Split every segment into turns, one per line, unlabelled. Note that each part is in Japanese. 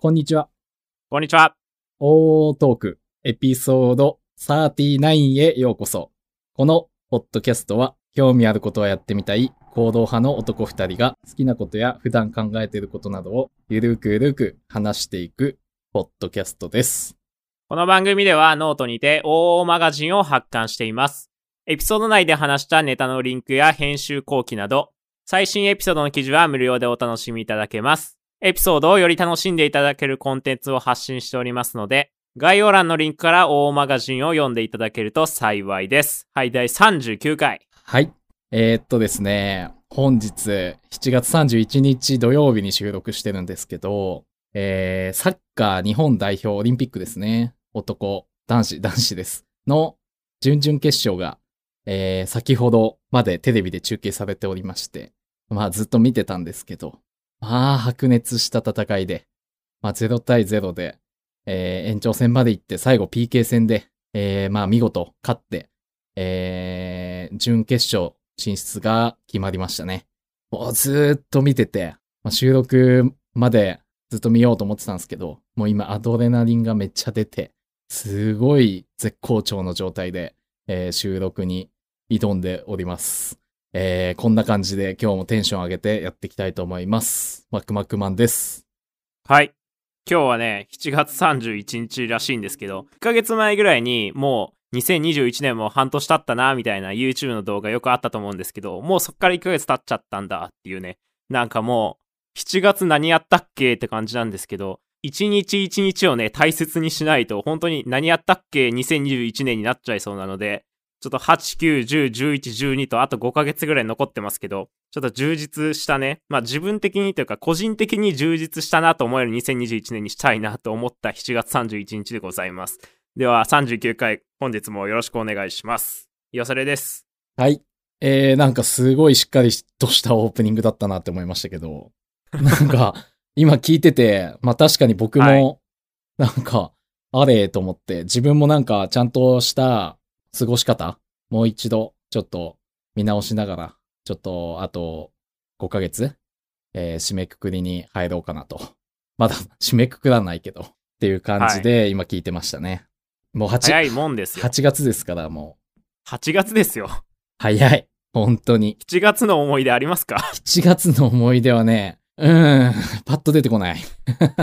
こんにちは。
こんにちは。
オートークエピソード39へようこそ。このポッドキャストは興味あることはやってみたい行動派の男二人が好きなことや普段考えていることなどをゆるくゆるく話していくポッドキャストです。
この番組ではノートにて OO マガジンを発刊しています。エピソード内で話したネタのリンクや編集後期など、最新エピソードの記事は無料でお楽しみいただけます。エピソードをより楽しんでいただけるコンテンツを発信しておりますので、概要欄のリンクから OO マガジンを読んでいただけると幸いです。はい、第39回。
はい。えーっとですね、本日7月31日土曜日に収録してるんですけど、えー、サッカー日本代表オリンピックですね。男、男子、 男子です。の準々決勝が、えー、先ほどまでテレビで中継されておりまして、まあずっと見てたんですけど、まあ白熱した戦いで、まあ0対0で、えー延長戦まで行って最後 PK 戦で、えー、まあ見事勝って、えー、準決勝進出が決まりましたね。もうずーっと見てて、まあ、収録までずっと見ようと思ってたんですけど、もう今アドレナリンがめっちゃ出て、すごい絶好調の状態で、えー収録に挑んでおります。えーこんな感じで今日もテンション上げてやっていきたいと思います。マクマクマンです。
はい。今日はね、7月31日らしいんですけど、1ヶ月前ぐらいにもう2021年も半年経ったな、みたいな YouTube の動画よくあったと思うんですけど、もうそっから1ヶ月経っちゃったんだっていうね、なんかもう、7月何やったっけって感じなんですけど、一日一日をね、大切にしないと、本当に何やったっけ2021年になっちゃいそうなので、ちょっと8、9、10、11、12とあと5ヶ月ぐらい残ってますけど、ちょっと充実したね、まあ自分的にというか個人的に充実したなと思える2021年にしたいなと思った7月31日でございます。では39回、本日もよろしくお願いします。よされです。
はい。えー、なんかすごいしっかりとしたオープニングだったなって思いましたけど、 なんか今聞いてて、まあ確かに僕
は
もなんかあれと思って、自分もなんかちゃんとした過ごし方、もう一度ちょっと見直しながら、ちょっとあと5ヶ月、えー締めくくりに入ろうかなと。 まだ締めくくらないけど、っていう感じで今聞いてましたね。もう
早
8,
いもんですよ。
8月ですからもう
8月ですよ。
早い。本当に。
7月の思い出ありますか
7月の思い出はね、うーん、パッと出てこ ない。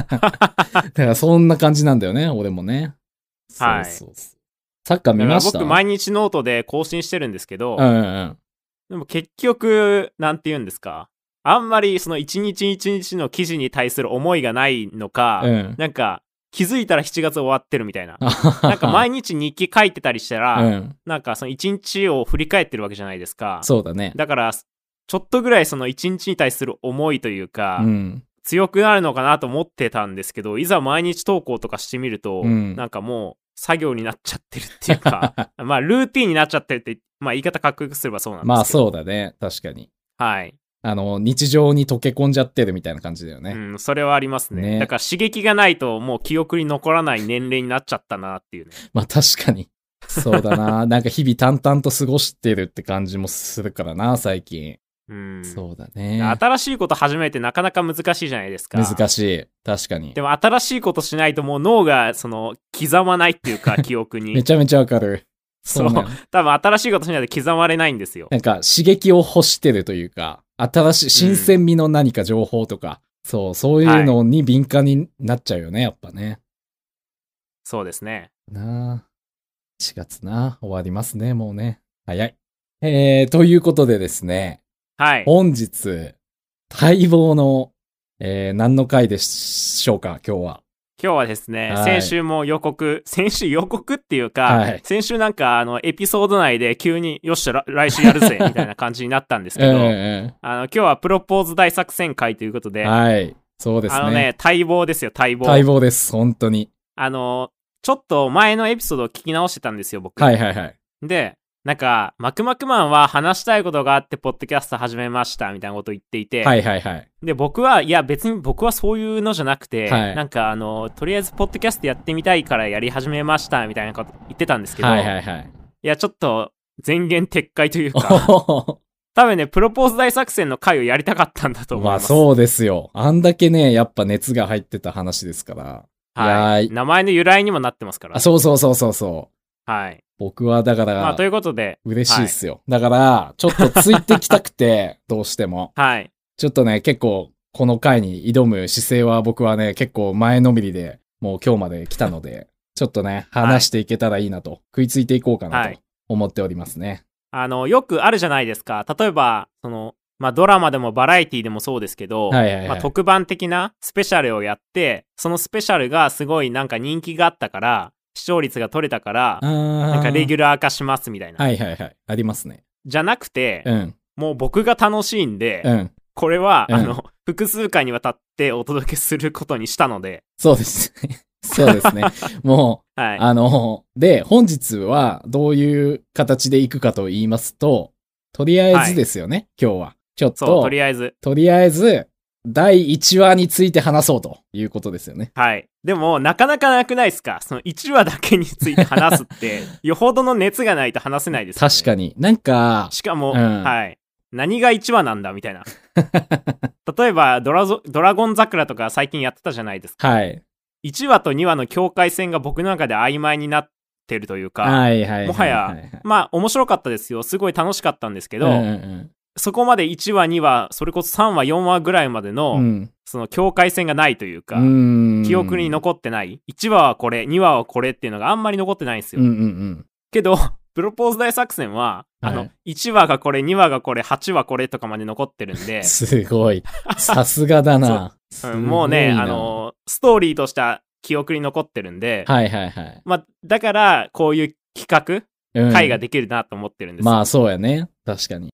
だからそんな感じなんだよね、俺もね。
はい
そうそうそうサッカー見ました
僕毎日ノートで更新してるんですけど、
うんうん
でも結局、なんて言うんですか。あんまりその一日一日の記事に対する思いがないのか、
うん。うん。
なんか気づいたら7月終わってるみたいな。
な
なんか毎日日記書いてたりしたら、
うん。
なんかその一日を振り返ってるわけじゃないですか。
そうだね。
だから、ちょっとぐらいその一日に対する思いというか、
うん。
強くなるのかなと思ってたんですけど、いざ毎日投稿とかしてみると、
うん
なんかもう作業になっちゃってるっていうか、 まあルーティンになっちゃってるって、まあ言い方かっこよくすればそうなんですけど。
まあそうだね、確かに。
はい。
あの、日常に溶け込んじゃってるみたいな感じだよ
う
ね。
ん、それはありますね。
ね
だから刺激がないともう記憶に残らない年齢になっちゃったなっていうね。
まあ確かに。そうだ な。なんか日々淡々と過ごしてるって感じもするからな、最近。
うん。
そうだね。
新しいこと始めてなかなか難しいじゃないですか。
難しい。確かに。
でも新しいことしないともう脳がその刻まないってい うか記憶
め
に。
ちゃめちゃわかる。
そう
なの
多分新しいことしないと刻まれないんですよ。
なんか刺激を欲してるというか、新しい、新鮮味の何か情報とか、そう、そういうのに敏感になっちゃうよね、やっぱね。
そうですね。
なあ。4月な、終わりますね、もうね。早い。えー、ということでですね、
はい。
本日、待望の、えー、何の回でしょうか、今日は。
今日はですね、
はい
先週も予告、先週予告っていうか、
はい
先週なんかあのエピソード内で急によっしゃ、ら来週やる ぜみたいな感じになったんですけど、
え
あの今日はプロポーズ大作戦会ということ
え
で、
はい。そうです
あの
ね。
ね、待望ですよ、待望。
待望です、本当に。
あの、ちょっと前のエピソードを聞き直してたんですよ、僕。
はいはいはい。
で、なんか、マクマクマンは話したいことがあって、ポッドキャスト始めました、みたいなこと言っていて、
はいはいはい。
で、僕は、いや、別に僕はそういうのじゃなくて、
はい
なんか、あの、とりあえず、ポッドキャストやってみたいからやり始めました、みたいなこと言ってたんですけど、
はい
い
はいはい。
や、ちょっと、前言撤回という
お
か、
ほほ
多分ね、プロポーズ大作戦の回をやりたかったんだと思い
まあ
ます。
そうですよ。あんだけね、やっぱ熱が入ってた話ですから。
は
やー
い。
い
名前の由来にもなってますから。
あ、そうそうそうそうそう。
はい。
僕はだから、
まあ、ということで、
嬉しいっすよ。だから、ちょっとついてきたくて、 どうしても。
はい。
ちょっとね、結構、この回に挑む姿勢は僕はね、結構前のめりで、もう今日まで来たので、ちょっとね、
い
話していけたらいいなと、食いついていこうかな
は
と
い
思っておりますね。
あの、よくあるじゃないですか。例えば、その、まあ、ドラマでもバラエティでもそうですけど、
はいはいはい
まあ、特番的なスペシャルをやって、そのスペシャルがすごいなんか人気があったから、視聴率が取れたから、
な
なんかレギュ
ュ
ラー化しますみたいな。
はいはいはい。ありますね。
じゃなくて、
うん。
もう僕が楽しいんで、
うん。
これは、
うん
あの、複数回にわたってお届けすることにしたので、
そうですね。 そうですね。もう、
はい。
あの、で、本日はどういう形でいくかと言いますと、とりあえずですよね、今日は。ちょっと、
そう、とりあえず。
とりあえず、第1話について話そうということですよね。
はい。でも、なかなかなくないですかその1話だけについて話す って、よほどの熱がないと話せないですよね、
確かに。なんか、
しかも、
うん
はい。何が1話なんだみたいな。 例えばドラゾ、ドラゴン桜とか最近やってたじゃないですか。
はい。
1話と2話の境界線が僕の中で曖昧になってるというか、
はいはいはい。
もはや
いい
まあ、面白かったですよ。すごい楽しかったんですけど、
うんうん
そこまで1話、2話、それこそ3話、4話ぐらいまでの、
うん
その境界線がないというか、
うん。
記憶に残ってない。1話はこれ、2話はこれっていうのがあんまり残ってないんですよ。
うんうんうん。
けど、 プロポーズ大作戦は、あ
は
の
い、、
1話がこれ、2話がこれ、8話これとかまで残ってるん で
すご い。さすがだな。す
う
ごい
ん
な
もうね、あ、の、ストーリーとした記憶に残ってるんで、
はいはいはい。
まあ、だから、こういう企
う
画、
ん
会ができるなと思ってるんですよ。
まあそうやね。確かに。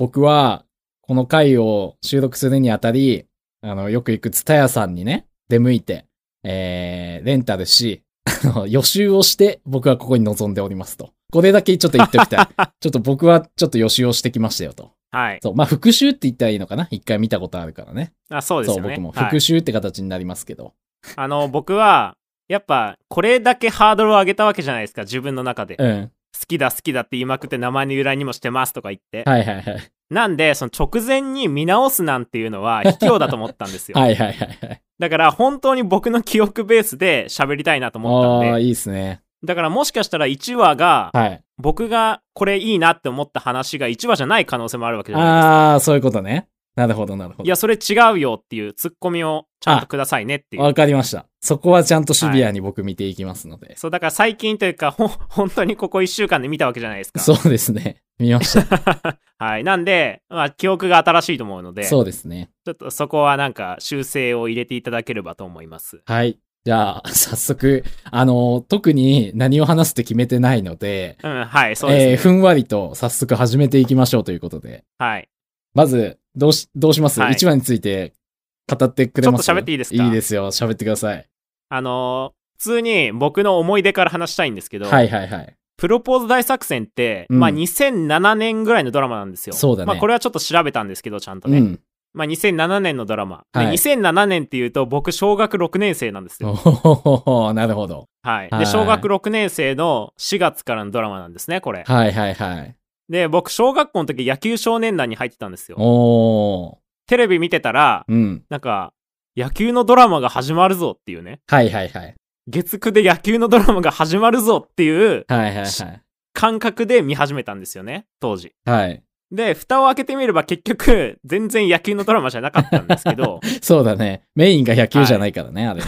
僕は、この回を収録するにあたり、あの、よく行くツタヤさんにね、出向いて、えー、レンタルし、 あの予習をして、僕はここに臨んでおりますと。これだけちょっと言っておきたい。 ちょっと僕はちょっと予習をしてきましたよと。
はい。
そう。まあ復習って言ったらいいのかな一回見たことあるからね。
あそうですよ
そう、
ね。
僕も
はい
復習って形になりますけど。
あの、僕は、やっぱ、これだけハードルを上げたわけじゃないですか、自分の中で。
うん。
好きだ好きだって言いまくって名前の由来にもしてますとか言って。
はいはいはい。
なんで、その直前に見直すなんていうのは卑怯だと思ったんですよ。
はいはいはいはい。
だから本当に僕の記憶ベースで喋りたいなと思った
あ
ん
あー、
で。
いいですね。
だからもしかしたら1話が、
はい。
僕がこれいいなって思った話が1話じゃない可能性もあるわけじゃないですか。
ああ、そういうことね。なるほどなるほど。
いや、それ違うよっていうツッコミをちゃんとくださいねっていう。
わかりました。そこはちゃんとシビアに僕見ていきますので。
そう、だから最近というか、ほ ん、本当にここ1週間で見たわけじゃないですか。
そうですね。 見ました。
はい。なんで、まあ、記憶が新しいと思うので、ち
そ
ょ
うですね。
っとそこはなんか修正を入れていただければと思います。
はい。じゃあ、早速、あの、特に何を話すって決めてないので、
うん、はい、そうです、ね
えーふんわりと早速始めていきましょうということで。
はい。
まず、どうし、どうします、
はい
一話について語ってくれます
ちょっと喋っていいですか
いいですよ。喋ってください。
あのー普通に僕の思い出から話したいんですけど、
はいはいはい。
プロポーズ大作戦って、
うん
まあ2007年ぐらいのドラマなんですよ。
そうだね
まあこれはちょっと調べたんですけど、ちゃんと
う
ね。
ん。
まあ2007年のドラマ。で
はい
2007年っていうと僕小学6年生なんです
お
よ。
ほほほほなるほど。
はい。
はい
で、小学6年生の4月からのドラマなんですね、これ。
はいはいはい。
で、僕小学校の時野球少年団に入ってたんですよ。
おー。
テレビ見てたら、
うん。
なんか、野球のドラマが始まるぞっていうね。
はいはいはい。
月9で野球のドラマが始まるぞっていう
はいはいはい。
感覚で見始めたんですよね、当時。
はい。
で、蓋を開けてみれば結局、全然野球のドラマじゃなかったんです けど、
そうだね。メインが野球じゃないからね、あれ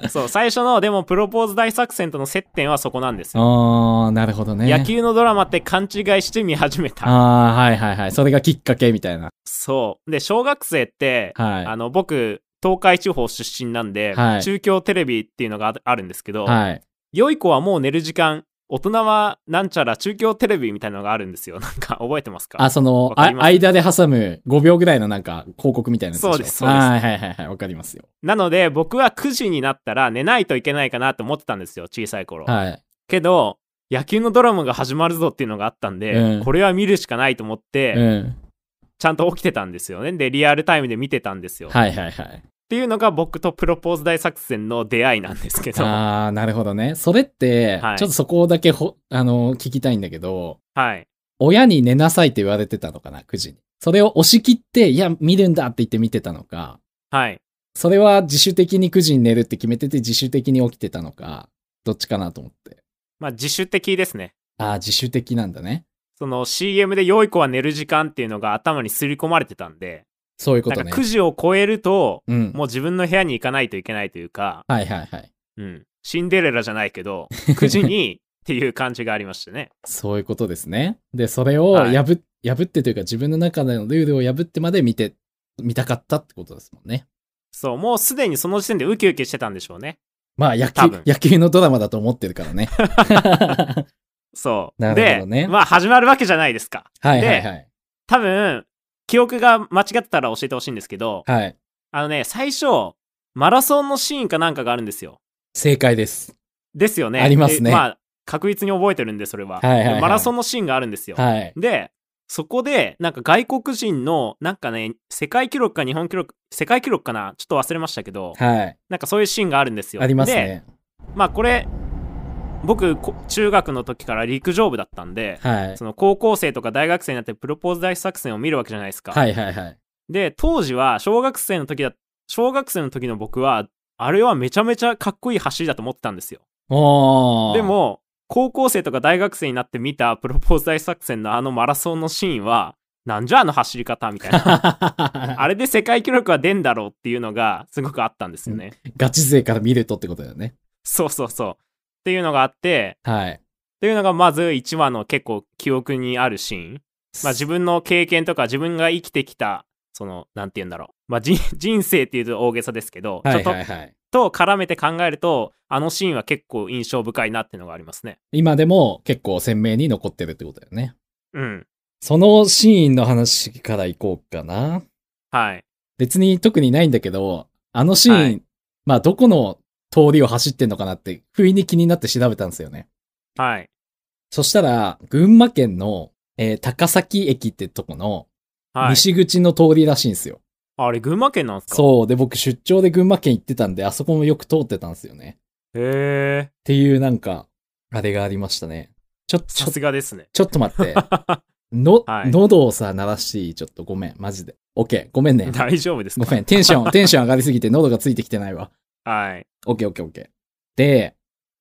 ね。
そう、最初の、でも、プロポーズ大作戦との接点はそこなんですよ。
あー、なるほどね。
野球のドラマって勘違いして見始めた。
あー、はいはいはい。それがきっかけみたいな。
そう。で、小学生って、あ
は
の、僕、東海地方出身なんで、
はい
中京テレビっていうのがああるんですけ
い。
ど、
はい。
良い子はもう寝る時間、大人はなんちゃら中京テレビみたいなのがあるんですよ。なん か覚えてますか
あ、その、
わか
あ
ります
間で挟む5秒ぐらいのなんか広告みたいなやつしょ
そうですそうです
はいはいはいはい。わかりますよ。
なので僕は9時になったら寝ないといけないかなって思ってたんですよ小さい頃、
はい。
けど野球のドラマが始まるぞっていうのがあったんで、
うん
これは見るしかないと思って、
うん。
ちゃんと起きてたんですよねでリアルタイムで見てたんですよ、っ
はいはいはい。
ていうのが僕とプロポーズ大作戦の出会いなんですけどは
あー、なるほどね。それって、
はい
ちょっとそこだけほ、あの、聞きたいんだけど、
い
親に寝なさいって言われてたのかな、9時に。それを押し切って、いや、見るんだって言って見てたのか、
はい。
それは自主的に9時に寝るって決めてて自主的に起きてたのか、どっちかなと思って。
まあ自主的ですね。
ああ、自主的なんだね。
その CM で良い子は寝る時間っていうのが頭に刷り込まれてたんで、
そういうこ
な
と
ん
ね
か。9時を超えると、
うん。
もう自分の部屋に行かないといけないというか、
はいはいはい。
うん、シンデレラじゃない けど、9時にっていう感じがありましたね。
そういうことですね。で、それを
はい
破,、破ってというか自分の中でのルールを破ってまで見て、見たかったってことですもんね。
そう、もうすでにその時点でウキウキしてたんでしょうね。
まあ野
多
球
分、
野球のドラマだと思ってる からね。
そう。
なるほどね
で、まあ始まるわけじゃないですか。
はいはいはい。
多分、記憶が間違ってたら教えてほしいんですけど、
はい。
あのね、最初、マラソンのシーンかなんかがあるんですよ。
正解です。
ですよね。
ありますね
でまあ、確実に覚えてるんで、それ
は
は。
いはいはい
でマラソンのシーンがあるんですよ。
はい。
で、そこで、なんか外国人の、なんかね、世界記録か日本記録、世界記録かなちょっと忘れましたけど、
はい。
なんかそういうシーンがあるんですよ。
あります
で、
ね。
まあこれ、僕、こ中学の時から陸上部だったんで、
はい。
その高校生とか大学生になってプロポーズ大作戦を見るわけじゃないですか。
はいはいはい。
で、当時は小学生の時だ、小学生の時の僕は、あれはめちゃめちゃかっこいい走りだと思ってたんですよ。
おー。
で、も、高校生とか大学生になって見たプロポーズ大作戦のあのマラソンのシーンは、なんじゃあの走り方みた いな。あ
あれ
れで世界記録は出んだろうっていうのがすごくあったんですよね。
ガチ勢から見るとってことだよね。
そうそうそう。っていうのがあって、
はい。
っていうのがまず1話の結構記憶にあるシーン。まあ自分の経験とか自分が生きてきた、その、なんて言うんだろう。まあ人人生っていうと大げさですけど、
はい
ちょ
はい
っ
はい。
とと絡めて考えると、あのシーンは結構印象深いなっていうのがありますね。
今でも結構鮮明に残ってるってことだよね。
うん。
そのシーンの話からいこうかな。
はい。
別に特にないんだけど、あのシーン、
はい
まあどこの通りを走ってんのかなって、不意に気になって調べたんですよね。
はい。
そしたら、群馬県の、えー高崎駅ってとこの、
はい。
西口の通りらしいんですよ。
あれ、群馬県なんですか
そう。で、僕出張で群馬県行ってたんで、あそこもよく通ってたんですよね。
へえ。
っていうなんか、あれがありましたね。ちょ、ちょ
さ、すがですね。
ちょっと待 って。の、
はい
喉をさ、鳴らしていいちょっとごめん。マジで。オッケー。ごめんね。
大丈夫です
ご
か
めん。テンシ ョン、テンション上がりすぎて喉がついてきてないわ。
はい。
オッケーオッケーオッケー。で、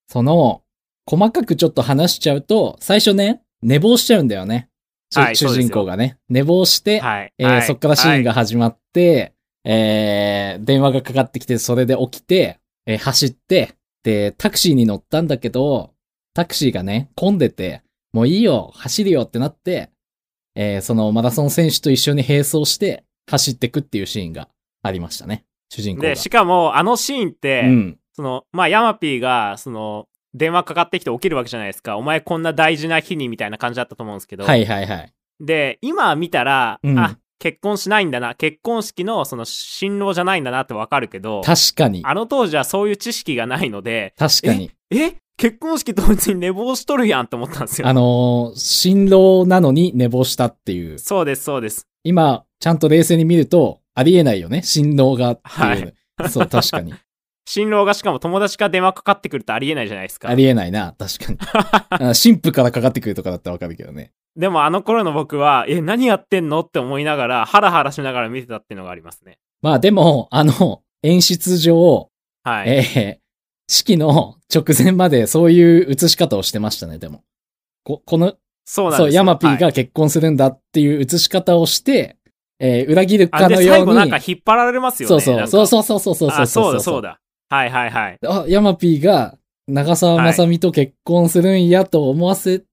その、細かくちょっと話しちゃうと、最初ね、寝坊しちゃうんだよね。主
はい
主
そうです
人
よ
公がね。寝坊して、
はい。
えー
はい
そっからシーンが始まって、えー電話がかかってきて、それで起きて、えー走って、で、タクシーに乗ったんだけど、タクシーがね、混んでて、もういいよ、走るよってなって、えーそのマラソン選手と一緒に並走して、走ってくっていうシーンがありましたね。主人公が。
で、しかも、あのシーンって、
うん。
その、まあ、ヤマピーが、その、電話かかってきて起きるわけじゃないですか。お前こんな大事な日にみたいな感じだったと思うんですけど。
はいはいはい。
で、今見たら、
うん
あ、結婚しないんだな。結婚式のその新郎じゃないんだなってわかるけど、
確かに。
あの当時はそういう知識がないので、
確かに。
え結婚式当日に寝坊しとるやんって思ったんですよ
あ。のー新郎なのに寝坊したっていう。
そうです、そうです。
今、ちゃんと冷静に見ると、ありえないよね。新郎がっていう。そう、確 かに。
新郎がしかも友達から電話かかってくるとありえないじゃないですか
あ。りえないな、確か に。あ新婦からかかってくるとかだったらわかるけどね。
でもあの頃の僕は、え、何やってんのって思いながら、ハラハラしながら見てたっていうのがありますね。
まあでも、あの、演出上、
はい。
えー式の直前までそういう映し方をしてましたね、でも。ここの、
そうなんです
そう、
よ
ヤマピー
は
が
い
結婚するんだっていう映し方をして、えー裏切る
あ
かの
で最
よう
後
に。
なんか引っ張られますよね。
そうそ
なん
う、
か
そうそうそうそうそうそう
あ、そうだそうだ。はいはいはい。
あ、ヤマピーが長澤まさみと結婚するんやと思わせ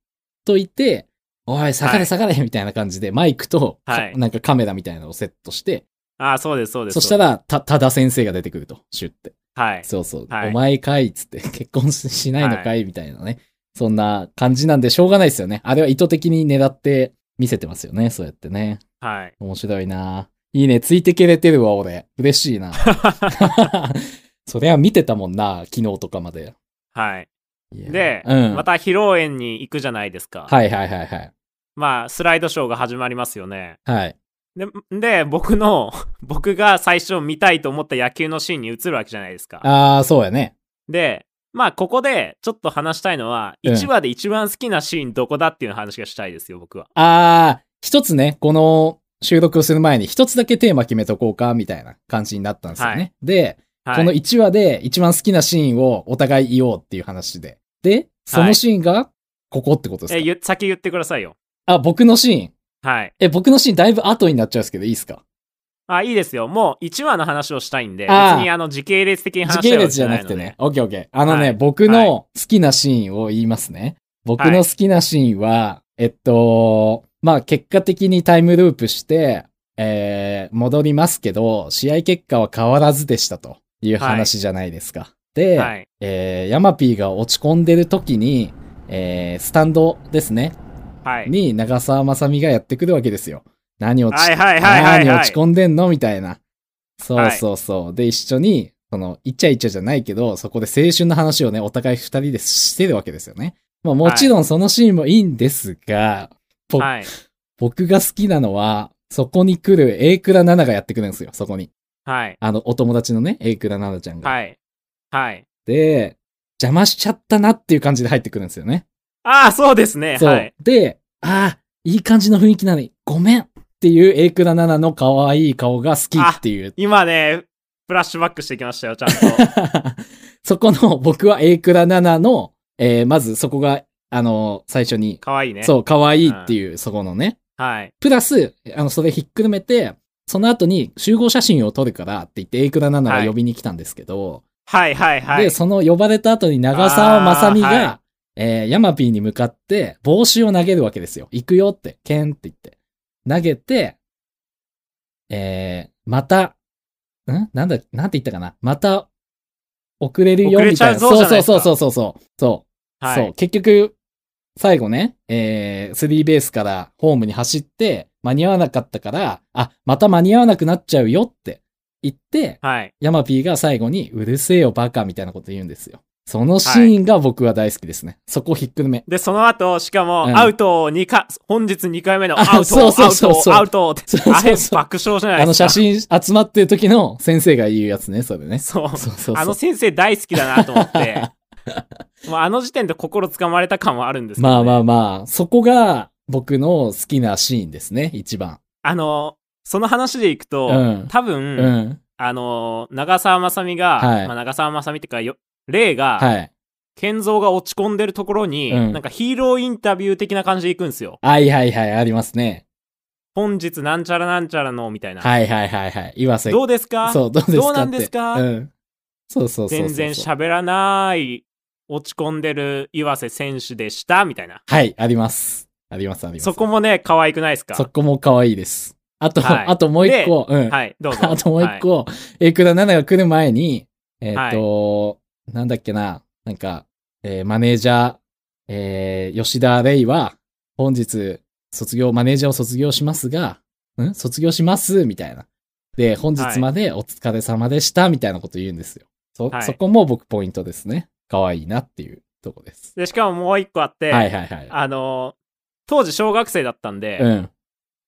といて、おい、下が
は
れ
い
下がれみたいな感じで、マイクと、か
はい
なんかカメラみたいなのをセットして、
あ、そうですそうです。
そしたら、た、多田先生が出てくると、シュって。
はい。
そうそう。
はい
お前かいっつって、 結婚ししないのかいみたいなね。そんな感じなんで、しょうがないですよね。あれは意図的に狙って見せてますよね、そうやってね。
はい。
面白いないいね、ついてけれてるわ、俺。嬉しい な。 そりゃ見てたもんな、昨日とかまで。
はい。
いや
で、
うん、
また披露宴に行くじゃないですか。
はいはいはいはい。
まあ、スライドショーが始まりますよね。
はい。
で、で僕の、 僕が最初見たいと思った野球のシーンに移るわけじゃないですか。
ああ、そうやね。
で、まあ、ここでちょっと話したいのは、
うん
1話で一番好きなシーンどこだっていう話がしたいですよ、僕は。
あー、一つね、この収録をする前に一つだけテーマ決めとこうか、みたいな感じになったんですよね。
は
で、
はい、
この1話で一番好きなシーンをお互い言おうっていう話で。で、そのシーンがここってことですか、
え言先言ってくださいよ。
あ、僕のシーン。
はい。
え、僕のシーンだいぶ後になっちゃうんですけど、いいですか
あ、いいですよ。もう1話の話をしたいんで、別
あー
にあの時系列的に話
時
したい
系
わけ
列じゃなくて
いので
ね。。オッケーオッケー。あのね、
はい
僕の好きなシーンを言いますね。僕の好きなシーンは、えっと、まあ結果的にタイムループして、えー、戻りますけど、試合結果は変わらずでしたという話じゃないですか。で、
はい。
えー、ヤマピーが落ち込んでる時に、えー、スタンドですね。
はい。
に長澤まさみがやってくるわけですよ。何落ち
はいはいはいはい、
何
は
落
い
ち。込んでんのみたいな。そう
はい
そうそう。で、一緒に、その、イチャイチャじゃないけど、そこで青春の話をね、お互い二人でしてるわけですよね。まあもちろんそのシーンもいいんですが、ぽ
はい。
僕が好きなのは、そこに来る A 倉奈々がやってくるんですよ、そこに。
はい。
あの、お友達のね、A 倉奈々ちゃんが。
はい。はい。
で、邪魔しちゃったなっていう感じで入ってくるんですよね。
ああ、そうですね。
そう。
はい。
で、ああ、いい感じの雰囲気なのに、ごめんっていうエイクラナナの可愛い顔が好きっていう。
今ね、フラッシュバックしてきましたよ、ち ゃんと。
そこの僕はエイクラナナの、えーまずそこが、あの、最初に、
可愛いね。
そう、可愛いっていう、そこのね。
はい。
プラス、あの、それひっくるめて、その後に集合写真を撮るからって言って、エイクラナナが呼びに来たんですけど、
はいはいはい。
で、その呼ばれた後に長澤まさみが、
あーは
えーヤマピーに向かって帽子を投げるわけですよ。行くよって、ケンって言って。投げて、えー、また、んなんだ、なんて言ったかなまた、遅れるよ
遅れ
み
ち
た
ゃ
い
う
な。
ぞじゃ
そう
ない
そう
です
そうそ
か
うそうそう。そう。
は
そ。。
いう
結局、最後ね、えー、スリーベースからホームに走って、間に合わなかったから、あ、また間に合わなくなっちゃうよって言って、
はい。
ヤマピーが最後に、うるせえよバカみたいなこと言うんですよ。そのシーンが僕は大好きですね。そこひっくるめ。
で、その後、しかも
う、ん
アウトを2回、本日2回目の
あ
アウト、
そう
ア
そう
ウ
そうそ
ト、
う
アウトって
そうそうそう
あれ、爆笑じゃないですか。
あの写。真集まってる時の先生が言うやつね、それね。
そう。
そうそうそう。
あの先生大好きだなと思って、 まあ、あの時点で心つかまれた感はあるんですけど、ね。
まあまあまあ、そこが僕の好きなシーンですね、一番。
あの、その話でいくと、
うん
多分、
うん。
あの、長澤まさみが、
はい
まあ、長澤まさみっていうかよ、霊が、
はい。
健三が落ち込んでるところに、
うん
なんかヒーローインタビュー的な感じで行くんですよ。
はいはいはい、ありますね。
本日なんちゃらなんちゃらの、みたいな。
はいはいはいはい。岩瀬。
どうですか
そう、どうですか
どうなんですか
ってうん。そうそうそうそうそう。
全然喋らない、落ち込んでる岩瀬選手でした、みたいな。
はい、あります。あります、あります。
そこもね、可愛くないですか
そこも可愛いです。あと、
はい
あともう一個、うん。
はい、どうぞ。
あともう一個、エクダ7が来る前に、えっ、と、なんだっけな、なんか、えーマネージャー、えー吉田レイは、本日、卒業、マネージャーを卒業しますが、ん卒業します、みたいな。で、本日までお疲れ様でした、みたいなこと言うんですよ。そ、
はい
そこも僕ポイントですね。可愛いなっていうとこです。
で、しかももう一個あって、
はいはいはい。
あの、当時小学生だったんで、
うん。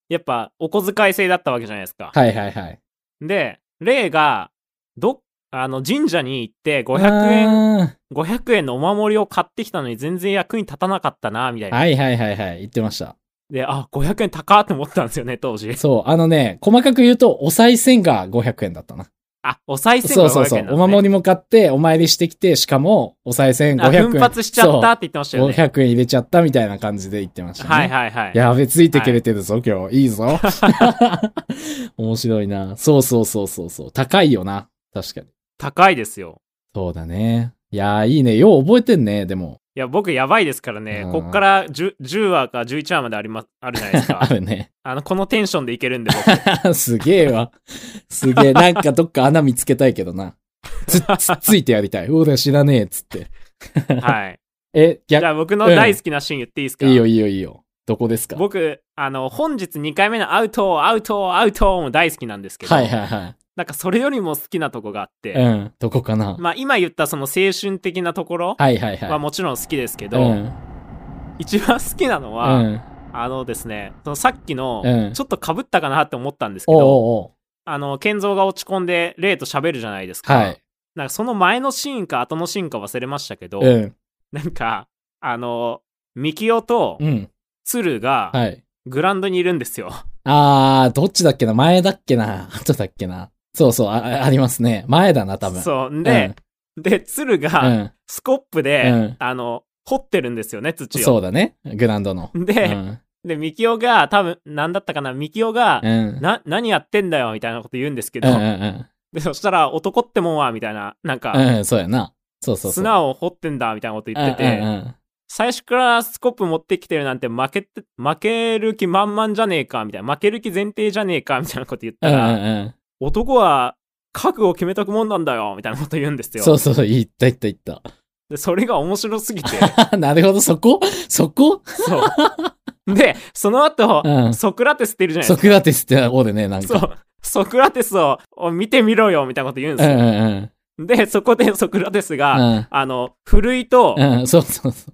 やっぱお小遣い制だったわけじゃないですか。
はいはいはい。
で、レイが、どっ、あの、神社に行って500円、
あ
500円のお守りを買ってきたのに全然役に立たなかったな、みたい
ー
な。
はいはいはいはい。言ってました。
で、あ、500円高って思ったんですよね、当時。
そう、あのね、細かく言うと、お賽銭が500円だったな。
あ、お賽銭
そ
が
う
500円
そ
なん
う
です、
そ
ね、
う。お守りも買って、お参りしてきて、しかも、お賽銭
あ
500円。
奮発しちゃったって言ってましたよ
そう
ね。
500円入れちゃったみたいな感じで言ってましたね。
はいはいはい。
やべ、ついてくれてるぞ、今日。いい ぞ。面白いな。そうそうそうそうそう。高いよな。確かに。
高いですよ。
そうだね。いやー、いいね。よう覚えてんね、でも。
いや、僕やばいですからね、
うん
こっから 10, 10話か11話まであります、あるじゃな いです
あ
か。
るね。
あの、このテンションでいけるんで 僕。
すげえわ。すげえ。なんかどっか穴見つけたいけどな。つ、つ、ついてやりたい。俺は知らねえ、つって。
はい。
え、
じゃ
逆、
あ僕の大好きなシーン言っていいですか、
いいよいいよいいよ。どこですか
僕、あの、本日2回目のアウト、アウト、アウトも大好きなんですけど、
はいはいは
なんかそれよりも好きなとこがあって、
い。うん。どこかな、
まあ今言ったその青春的なところ
はいはいはい。
はもちろん好きですけど、
うん。
一番好きなのは、
うん。
あのですね、そのさっきの、
うん
ちょっとかぶったかなって思ったんですけ
おう
ど、
おうおう
あの、健三が落ち込んで、レイと喋るじゃないですか。
はい。
なんかその前のシーンか後のシーンか忘れましたけど、
うん。
なんか、あの、ミキオと
うん。
鶴が
はい。
グラウンドにいるんですよ。
あー、どっちだっけな前だっけな後だっけなそうそうあ、あありますね。前だな、多分。う。
そう。で、で、鶴
う
が
ん。
スコップで、
うん
あの、掘ってるんですよね、土を。
そうだね。グラウンドの。う
で、
ん。
で、ミキオが、多分、なんだったかな、ミキオが、
うん。
な、何やってんだよ、みたいなこと言うんですけ
う
ど、
んうん
で、そしたら、男ってもんは、みたいな、なんか、
うん。うん、そうやな。そうそうそう。
砂を掘ってんだ、みたいなこと言ってて、
うんうんうん
最初からスコップ持ってきてるなんて負けて、負ける気満々じゃねえか、みたいな、負ける気前提じゃねえか、みたいなこと言った
うん
ら、
うん
男は、覚悟を決めとくもんなんだよ、みたいなこと言うんです
うん。
よ。
そうそう、言った言った言った。
で、それが面白す ぎて、
あなるほど、そこそこ
そう。で、その後、
うん
ソクラテスっているじゃないで
ソ
す
クラテスって方でね、なん
か。
か。
そう。ソクラテスをお見てみろよ、みたいなこと言うん
う
です
んうん
よ。
うん。
で、そこでソクラテスが、
うん
あの、ふるいと、
うん、そうそうそう。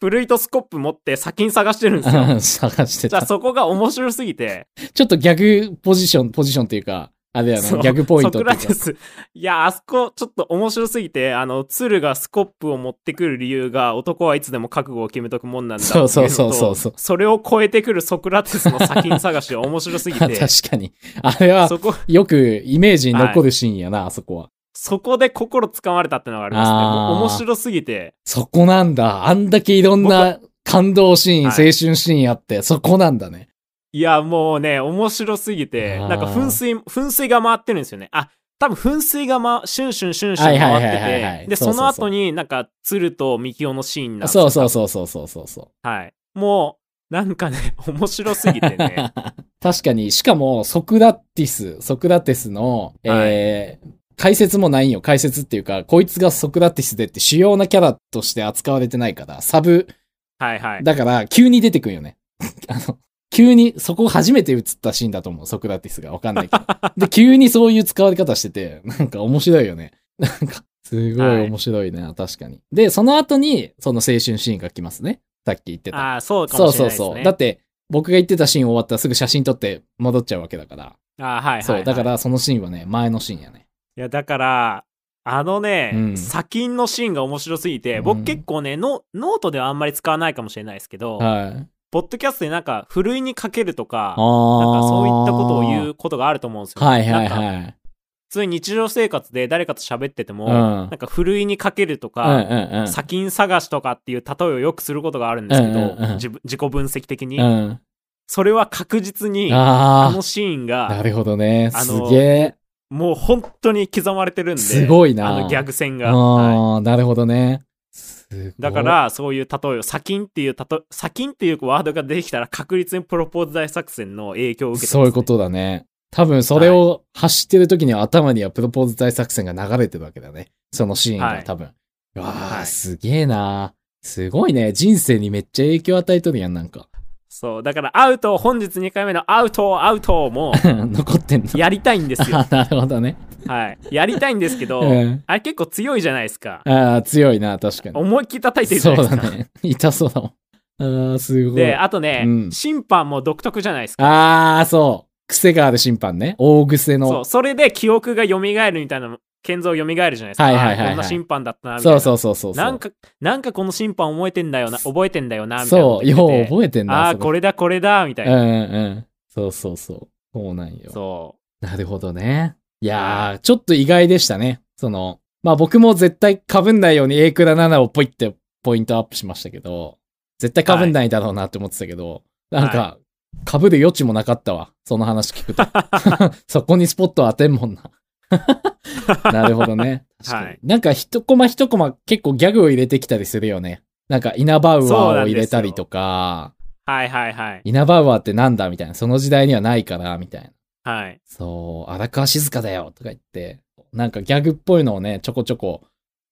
ふるいとスコップ持って先に探してるんですよ。
うん 探して
じゃあ
た。
そこが面白すぎて、
ちょっとギャグポジション、ポジションっていうか、あれや
そ
な、
う
ギャグポイントってい
ソ
う
クラ
か。
テス。いや、あそこちょっと面白すぎて、あの、鶴がスコップを持ってくる理由が、男はいつでも覚悟を決めとくもんなんだっていのと。
そうそうそうそうそう
それを超えてくるソクラテスの先に探しは面白すぎて、
確かに。あれは、
そこ、
よくイメージに残るシーンやな、あそこは。
そこで心つかまれたってのがありますね。
あー
もう面白すぎて、
そこなんだ。あんだけいろんな感動シーン、
はい
青春シーンあって、そこなんだね。
いや、もうね、面白すぎて、
あー
なんか噴水、噴水が回ってるんですよね。あ、多分噴水がま、シュンシュンシュンシュン回っ
はいはいはいはい
て
は
て、
い
で、
そうそ
そう
そう
の後になんか、鶴とミキオのシーンなんです
そ
よ
うそうそうそうそうそうそう。
はい。もう、なんかね、 面白すぎて ね。
確かに、しかも、ソクラティス、ソクラテスの、えー解説もないんよ。解説っていうか、こいつがソクラティスでって主要なキャラとして扱われてないから、サブ、
はいはい。
だから、急に出てくんよね。 あの、急に、そこ初めて映ったシーンだと思う、ソクラティスが。わかんない けど。で、急にそういう使われ方してて、なんか面白いよね。なんか、すごい面白いね、確かに。で、その後に、その青春シーンが来ますね。さっき言ってた。
ああ、そうか
そ
も
う
し
そ
れな
う
いですね。
そう。だって、僕が言ってたシーン終わったらすぐ写真撮って戻っちゃうわけだから。
あーはいはい、はい。
そう。だか
い
ら、そのシーンはね、前のシーンやね。
や、だから、あのね、
うん
砂金のシーンが面白すぎて、
う
僕
ん
結構ね、ノノートではあんまり使わないかもしれないですけど、
はい。
ポッドキャストでなんか、ふるいにかけるとか、なん
あ
かそういったことを言
う。
うことがあると思うんですよ。
はいはい
なんか
はい。
普通に日常生活で誰かと喋ってても、
うん
なんかふるいにかけると
う
か、
んうんうん。
砂金探しとかっていう例えをよくすることがあるんですけど、
うんうんうん
自分自己分析的に、
うん。
それは確実にあ
あ
のシーン
あ。な
が
るほどね。
あ
す
の
げえ。
もう本当に刻まれてるんです
ごいな
あのギャグ線
あ
が、は
あー、なるほどね。すごい
いだか、らそういう例えを砂金っていう例え砂金っていうワードが出てきたら確率にプロポーズ大作戦の影響を受けてますね、
そういうことだね。多分それを走ってる時には頭にはプロポーズ大作戦が流れてるわけだね。そのシーン
は
が
い
多分。うわ
は
あ、
い
すげえな。すごいね。人生にめっちゃ影響与えとるやん、なんか。
そうだからアウト本日2回目のアウトアウ トも
残ってんだ。
やりたいんです よ
あなるほどね。
はいやりたいんですけど、
うん
あれ結構強いじゃないですか
ああ、強いな、確かに。
思いっきり叩いてるじゃ
そう
ないです
だ
か
ね。 痛そうだもん。ああ、すごい。
で
あ
あとね、
うん
審判も独特じゃないですか
あー、そう。癖がある審判ね。大癖の。
そう、それで記憶が蘇るみたいなの、建造蘇るじゃないですか。
はいはいはいはい
あこんな審判だったな、みたい
そ
な。
うそうそうそうそう。
なんか、なんかこの審判覚えてんだよな、覚えてんだよな、みたいな
そ
こと
う、
言って
よ
て。
う覚えてんだ。
ああ、
それ
これだ、これだ、みたい
うん
な。
うんうん。そうそうそう。そうなんよ。
そ
なるほどね。いやー、ちょっと意外でしたね。その、まあ僕も絶対被んないように A クラ7をポイってポイントアップしましたけど、絶対被んないだろうなって思ってたけど、なんか、被る余地もなかったわ。その話聞くと。 そこにスポット当てんもんな。なるほどね。確かに
はい
なんか一コマ一コマ結構ギャグを入れてきたりするよね。なんかイナバウアーを入れたりとか、
う。はいはいはい。
イナバウアーってなんだみたいな。その時代にはないから、みたいな。
はい。
そう、荒川静香だよとか言って、なんかギャグっぽいのをね、ちょこちょこ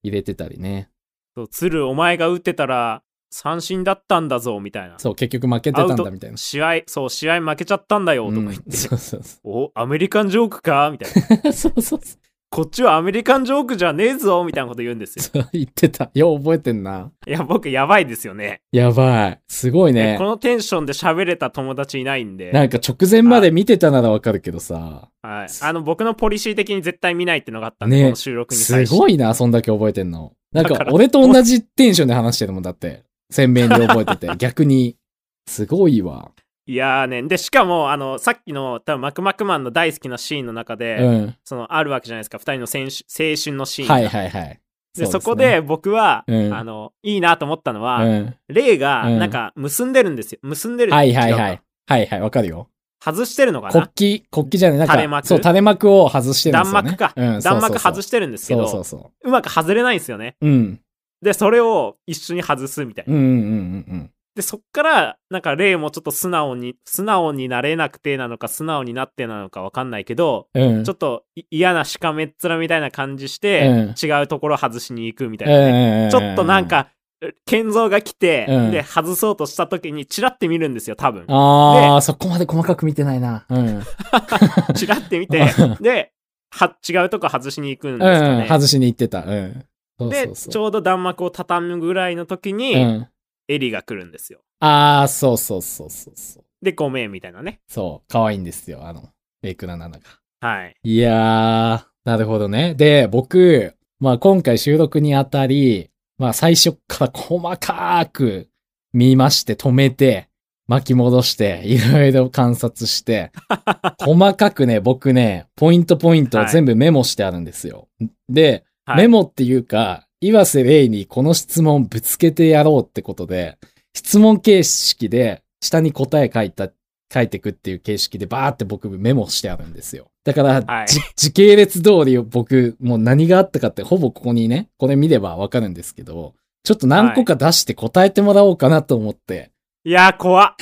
入れてたりね。
そう、鶴、お前が打ってたら、三振だったんだぞ、みたいな。
そう、結局負けてたんだみたいな。
試合、そう、試合負けちゃったんだよ、とか
う
言っ
ん
て。
そうそうそ
お、アメリカンジョークかみたいな。
う。そうそうそう。
こっちはアメリカンジョークじゃねえぞみたいなこと言うんですよ。
言ってた。よう覚えてんな。
いや、僕やばいですよね。
やばい。すごいね
こ。のテンションで喋れた友達いないんで。
なんか直前まで見てたならわかるけどさ。
はい、あの僕のポリシー的に絶対見ないってのがあったんで、
ね
この収録に
す
際して
ごいな、そんだけ覚えてんの。なん
だか
から俺と同じテンションで話してるもんだって。鮮明に覚えて て。逆に。すごいわ。
いやーねでしかもあのさっきの多分マクマクマンの大好きなシーンの中で、
うん。
そのあるわけじゃないですか2人の青春青春のシーンが
はいはいはい。
で
う
そ
すね
こで、僕は、
うん
あのいいなと思ったの
う
は、
ん。
レイが
うん
なんか結んでるんですよ結んでる
はいはいは
違う
い
か。
はいはい、わかるよ。
外してるのか
国
な
旗、国旗じゃない、なんか、
垂れ幕
そう、垂れ幕を外してるんで
弾
すよ、ね。
幕か、
うん、
弾幕外
て
してるんですけ
そ
ど
うそうそう
まく外れないんですよね
う。うん。
でそれを一緒に外すみたいな、
うんうんうんうん
でそっからなんかレイもちょっと素直に素直になれなくてなのか素直になってなのかわかんないけど、
うん。うん。
ちょっとい嫌なしかめっ面みたいな感じして、違うところ外しに行くみたいな、ね
ええ
ちょっとなん、か建造が来て、
うん
で外そうとした時にチラって見るんですよ多分
ああ、そこまで細かく見てないな。うん。 うん
チラって 見てでは違うとこ外しに行くんですよ
うん、
ね、
外しに行ってた。うん。そう
で
そうそう
ちょうど弾幕を畳むぐらいの時に、
うん。
エリが来るんですよ
ああ、そうそうそうそうそう。
でごめんみたいなね
そう、可愛いんですよ、あの、レイクナナナが。
はい
いやー、なるほどね。で、僕、まあ今回収録にあたり、まあ最初から細かく見まして、止めて、巻き戻して、いろいろ観察して、 細かくね、僕ね、ポイントポイントを全部メモしてあるんですよ。で、
はい
メモっていうか、岩瀬レイにこの質問ぶつけてやろうってことで、質問形式で下に答え書いた、書いてくっていう形式でバーって僕メモしてあるんですよ。だから、
はい
じ時系列通りを僕、もう何があったかってほぼここにね、これ見ればわかるんですけど、ちょっと何個か出して答えてもらおうかなと思って、
いやー怖っ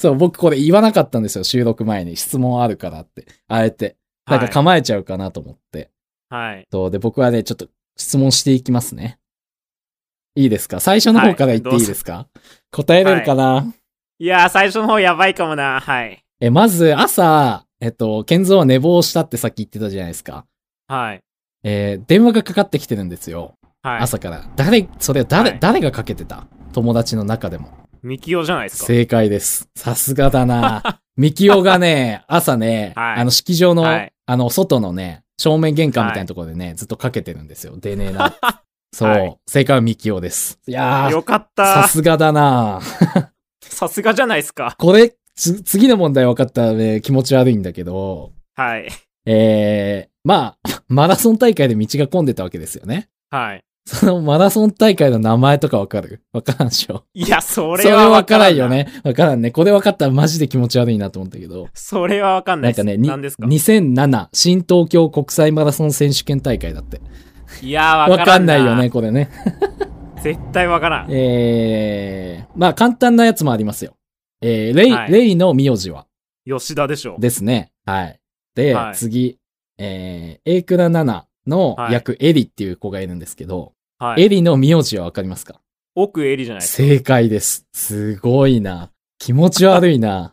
そう、僕これ言わなかったんですよ、収録前に。質問あるからって。あえて。なんか構えちゃうかなと思って。
はい、はい
そう、で、僕はね、ちょっと質問していきますね。いいですか最初の方から言っていいですか、答えれるかな、
いやー、最初の方やばいかもな。はい。
え、まず、朝、えっと、健三は寝坊したってさっき言ってたじゃないですか。
はい。
えー電話がかかってきてるんですよ。
はい。
朝から。誰、それは誰、
はい
誰がかけてた友達の中でも。
ミキオじゃないですか。
正解です。さすがだ な。みきおがね、朝ね、
はい
あの、式場の、
はい
あの、外のね、正面玄関みたいなところでね、ずっとかけてるんですよ。出ねえな。そう、
はい
正解はみきおです。いやー、
よかった
さ
ー。
すがだな。
さすがじゃないですか。
これ、つ次の問題分かったらね、気持ち悪いんだけど、
はい。
えー、まあ、 マラソン大会で道が混んでたわけですよね。
はい。
そのマラソン大会の名前とか分かる分からんでしょ。
いや、
そ
それ
れ
は
は
わ
分
か
からら
ん
ん
な
よ。ね。分からんね。これ分かったらマジで気持ち悪いなと思ったけど。
それはわかん
ないん
なで
か
す。
ね、に
何ですか
2007新東京国際マラソン選手権大会だって。
いやー、
わ
わ
か
か
ん
ん
な
ない
いよね、。これね。
絶対わからん。
えー、まあ簡単なやつもありますよ。えー、レイ、
はい
レイの名字は
吉田でしょ。
ですね。はい。で、
はい
次、えー、エイクラナナの役、エリっていう子がいるんですけど、
はい。
エリの名字はわかりますか
奥エリじゃないですか。
正解です。すごいな。気持ち悪いな。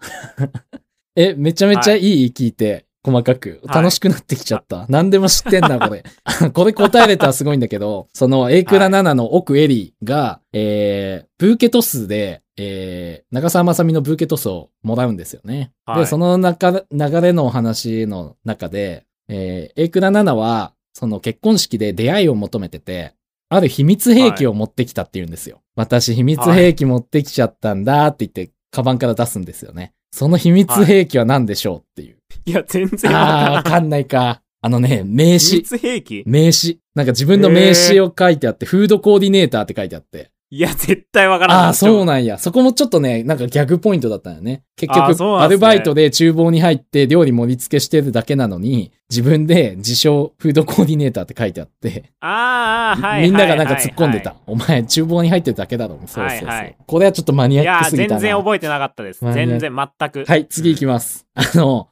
え、めちゃめちゃいい聞いて、細かく。
はい
楽しくなってきちゃった。何でも知ってんな、これ。 これ答えれたらすごいんだけど、その、エイクラ7の奥エリーが、えー、ブーケトスで、えー、長澤まさみのブーケトスをもらうんですよね。
はい
で、その中、流れのお話の中で、えー、エイクラ7は、その結婚式で出会いを求めてて、ある秘密兵器を持ってきたって言うんですよ。私秘密兵器持ってきちゃったんだって言って、カバンから出すんですよね。その秘密兵器は何でしょうっていう。
いや、全然わ
ああー、
か
わ
らん。
かんないか。あのね、名
秘
刺。
密兵器
名刺。なんか自分の名刺を書いてあって、フードコーディネーターって書いてあって。
いや、絶対わからん。
ああ、そうな
な。
んや。そこもちょっとね、なんかギャグポイントだったんよね。結
あー
局、
そうな
ア
んすね
ルバイトで厨房に入って料理盛り付けしてるだけなのに、自分で自称フードコーディネーターって書いてあって。
あーあー、はい。
みんなが
は
ないんか突っ込んで。
は
た。お前、厨房に入ってるだけだろ。そうそうそう。
はいはい
これはちょっとマニ
いい
アッ
や
ク
ー、
すぎたな。
全然覚えてなかったです。
マニアック
全然、全く。
はい、次行きます。あの、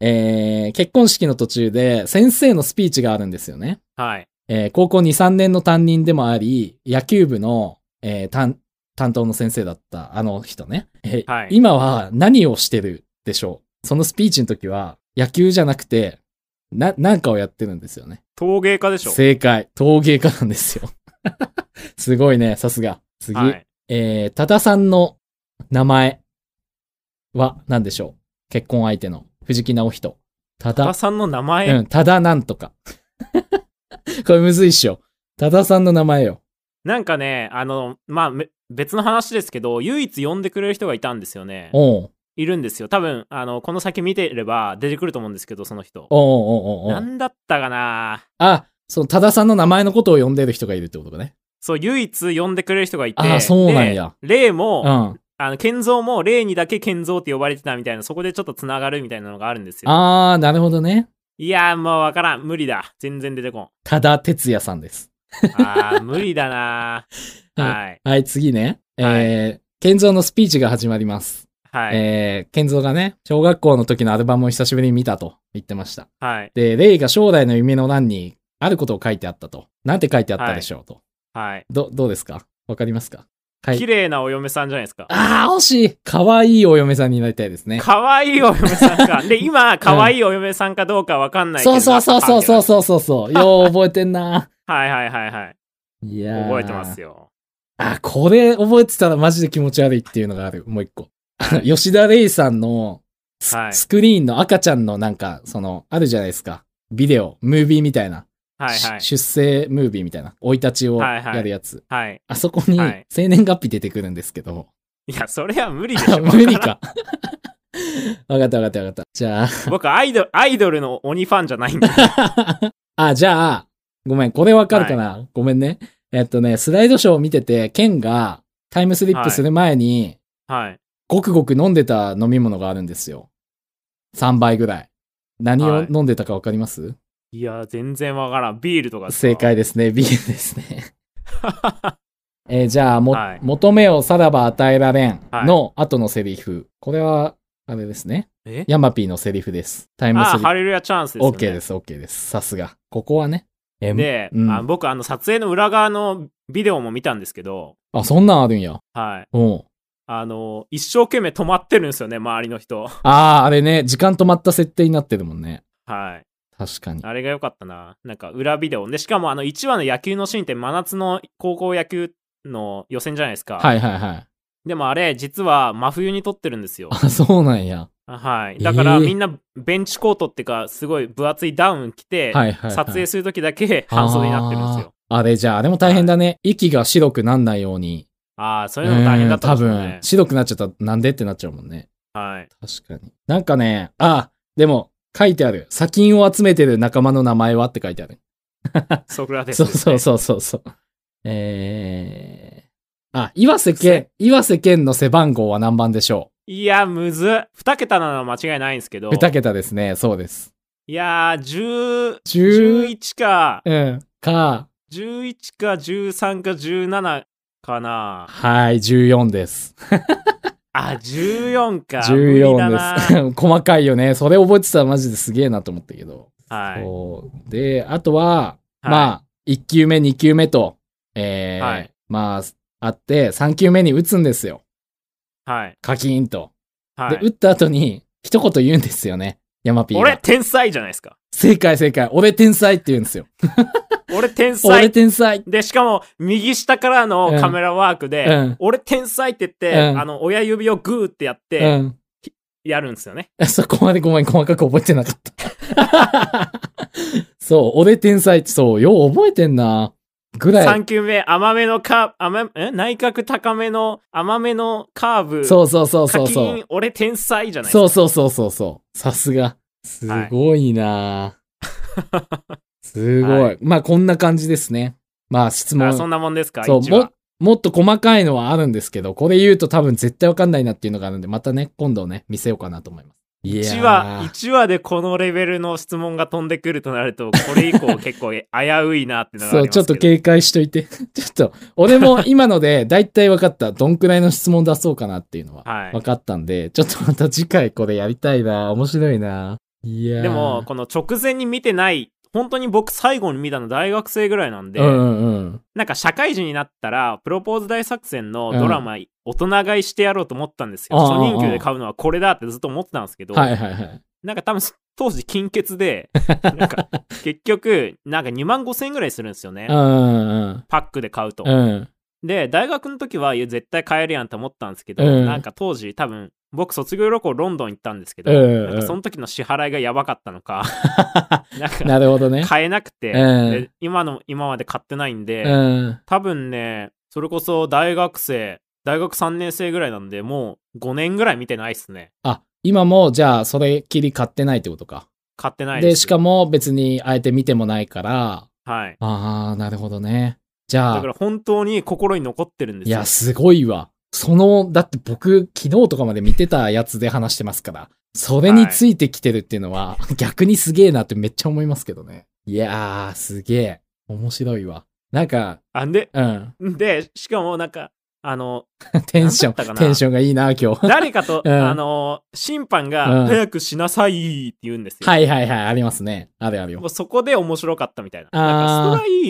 えー、結婚式の途中で先生のスピーチがあるんですよね。
はい。
えー高校2、3年の担任でもあり、野球部の、えー担担当の先生だったあの人ね、えー
はい
今は何をしてるでしょうそのスピーチの時は、野球じゃなくて、な、なんかをやってるんですよね。
陶芸家でしょ
正解。陶芸家なんですよ。 すごいね、さすが。次。
はい。
えー、多田さんの名前は何でしょう結婚相手の藤木直人。多
多田
田、
さんの名
う
前、
ん、多田なんとか。 これむずいっしょ。多田さんの名前よ。
なんかね、あの、まあ、め別の話ですけど、唯一呼んでくれる人がいたんですよね。
おう
いるんですよ。多分、あの、この先見てれば出てくると思うんですけど、その人。
おうおうおうお
な
うん
だったかな
あ、その多田さんの名前のことを呼んでる人がいるってことかね。
そう、唯一呼んでくれる人がいて。
あーそうなんや
で。レイも、
うん。
あの、健三も、レイにだけ健三って呼ばれてたみたいな、そこでちょっとつながるみたいなのがあるんですよ。
あー、なるほどね。
いやー、もうわからん。無理だ。全然出てこん。
多田哲也さんです。
あー、無理だなー。はい。
はい、次ね。え
はい
ー、健三のスピーチが始まります。
はい。
えー、健三がね、小学校の時のアルバムを久しぶりに見たと言ってました。
はい。
で、レイが将来の夢の欄にあることを書いてあったと。なんて書いてあったでしょうと。
はい。
ど、どうですかわかりますかはい
綺麗なお嫁さんじゃないですか。
ああ、惜しい可愛いお嫁さんになりたいですね。
可愛いお嫁さんか。で、今、可愛いお嫁さんかどうかわかんないけど。
そうそうそうそうそうそうそうそう。よう覚えてん な。
はいはいはいはい。
いやー
覚えてますよ。
あ、これ覚えてたらマジで気持ち悪いっていうのがある。もう一個。 あの吉田レイさんのス,、
はい
スクリーンの赤ちゃんのなんか、その、あるじゃないですか。ビデオ、ムービーみたいな。
はいはい
し。出生ムービーみたいな。生い立ちを
はいはい
やるやつ。
はい。
あそこに
はい
生年月日出てくるんですけど。
いや、それは無理でし
あ
ょ。
無理か。わかったわかったわかった。じゃ
僕、アイドル、アイドルの鬼ファンじゃないんで。
あ。 あ、じゃあ、ごめん、これわかるかな、ごめんね。えっとね、スライドショーを見てて、ケンがタイムスリップする前に、
はい。
ごくごく飲んでた飲み物があるんですよ。3倍ぐらい。何
は
を
い
飲んでたかわかります、
いや、全然わからん。ビールとかですか
正。解です ね。ビールですね。えーじゃあも、
はい
求めをさらば与えられん
はい
の後のセリフ。これは、あれですね。
え
ヤマピーのセリフです。タイムス
あ
リ
ー、ハ
ッ
レルヤチャンス
プ。
ですよ、ね。
OK です、OK です。さすが。ここはね。えー
で、
うん
あ僕、あの、撮影の裏側のビデオも見たんですけど、
あ、そんなんあるんや。
はい。
うん。
あの、一生懸命止まってるんですよね、周りの人。
ああ、あれね、時間止まった設定になってるもんね。
はい。
確かに。
あれが良かったな。なんか裏ビデオ。で、しかもあの1話の野球のシーンって真夏の高校野球の予選じゃないですか。
はいはいはい。
でもあれ、実は真冬に撮ってる んですよ。
あ、そうなんや。
はい。だから
えー
みんなベンチコートっていうか、すごい分厚いダウン着て、
はいはいはい
撮影するとき だけ半袖になってるんですよ。
あーあれじゃあ、あれも大変だね。息が白くなんないように。
ああー、そういうのも大変だったん
う
で
ん多
すよ
分
ね、。
白くなっちゃったらなんでってなっちゃうもんね。
はい。
確かに。なんかね、あ、でも、書いてある。砂金を集めてる仲間の名前はって書いてある。
ソクラテス
そ
で
う
す、ね。
そうそうそうそう。えー、あ、岩瀬健、岩瀬健の背番号は何番でしょ
いや、むずっ。2桁なのは間違いないんですけど
う。?2 桁ですね。そうです。
いやー、10、
10、
11か、
うん、か、
11か13か17かな。
はい、14です。
あ、14か。無理だな
14です。 細かいよね。それ覚えてたらマジですげえなと思ったけど。
はい。はい
そうで、あとは、まあ、1球目、2球目と、えー
はい
まあ、あって、3球目に打つんですよ。
はい。
カキーンと。
は
で、打
い。
った後に、一言言うんですよね。ヤマピー
俺、
が。
天才じゃないですか。
正解正解。俺天才って言うんですよ。
俺、天
俺
才。
天才
で、しかも、右下からの
うん
カメラワークで、
うん
俺、天才って言って、
うん
あの、親指をグーってやっ
う
て、
ん。
やるんですよね。
そこまでごめん、細かく覚えてなかった。 そう、俺天才って、そう、よう覚えてんな。ぐらい。
3球目、甘めのカーブ、甘め、え内角高めの甘めのカーブ。
そうそうそうそう
課
そう。
金、俺、天才じゃないです
そ
か。
うそうそうそうそう。さすが。すごいな、あすごい,、
は
まあこんな感じですね。まあ質問。
あそんなもんですか、
そう
一話
も、もっと細かいのはあるんですけど、これ言うと多分絶対わかんないなっていうのがあるんで、またね、今度ね、見せようかなと思います。いやー
1話、1話でこのレベルの質問が飛んでくるとなると、これ以降結構危ういなってのがあ
そ
り
う、
ますけど
ちょっと警戒しといて。 ちょっと、俺も今ので大体分かった。どんくらいの質問出そうかなっていうのは
はい
分かったんで、ちょっとまた次回これやりたいな。面白いな。いやー
でも、この直前に見てない、本当に僕最後に見たの大学生ぐらいなんで、
うんうんうん。
なんか社会人になったら、プロポーズ大作戦のドラマ、大人買いしてやろうと思ったんですよ。
ああ
初任給で買うのはこれだってずっと思ってたんですけど、
はいはいはい。
なんか多分そ当時金欠で、なん か結局、なんか2万5千円ぐらいするんですよね
う。ん。
パックで買うと。
うん。
で、大学の時は、いや絶対買えるやんと思ったんですけど、
うん
なんか当時多分、僕卒業旅行ロンドン行ったんですけど、
うん
なんかその時の支払いがやばかったのか、 なんか
なるほど ね。
買えなくて、
うん
で今の今まで買ってないんで、
うん。
多分ねそれこそ大学生大学3年生ぐらいなんでもう5年ぐらい見てないっすね
あ、今もじゃあそれっきり買ってないってことか。
買ってない
で、しか
も
も別にあえて見てもないから、
はい
ああ、なるほどね。じゃ
だか
あ、
ら本当に心に残ってるんで
い
すよ
や、すごいわ。その、だって僕、昨日とかまで見てたやつで話してますから、それについてきてるっていうのは、逆にすげえなってめっちゃ思いますけどね。いやー、すげえ。面白いわ。なんか、
あんで
うん。
でしかもなんかあの
テンショ
なんだったか
ン、
な
テンションがいいな、今 日。
誰かと、
うん
あの審判
うん
が「早くしなさい」って言うんですよ、
はいはいはい、ありますね。あるあるよ
もう。そこで面白かったみたいな
あー
なんかストラ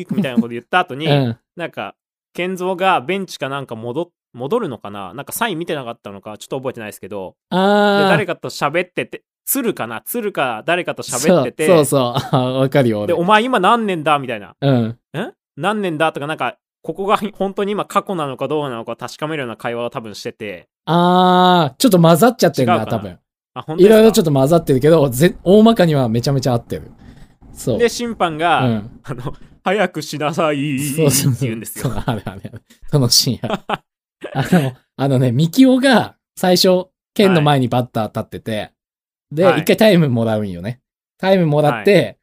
イクみたいなこと言った後
う
に、
ん。
なんか、健三がベンチかなんか戻っ戻るのかななんかサイン見てなかったのかちょっと覚えてないですけど、で
あ
誰
ー。
かと喋ってて、鶴かな鶴か誰かと喋ってて、
そうそうそうあー。わかるよ。俺
で、お前今何年だみたいな。
うん。
ん何年だとか、なんか、ここが本当に今過去なのかどうなのか確かめるような会話を多分してて、
あー、ちょっと混ざっちゃってるな、
違うかな
多分。
あ、本当
い
ですか
ろいろちょっと混ざってるけど、ぜ大まかにはめちゃめちゃ合ってる。そう。
で、審判が、
うん。
あの、早くしなさいって言うんです
そ
よ。
うあれあれあれ。そのシーン あるあの、あのね、ミキオが最初、剣の前にバッター立ってて、で、一、
はい
回タイムもらうんよね。タイムもらって、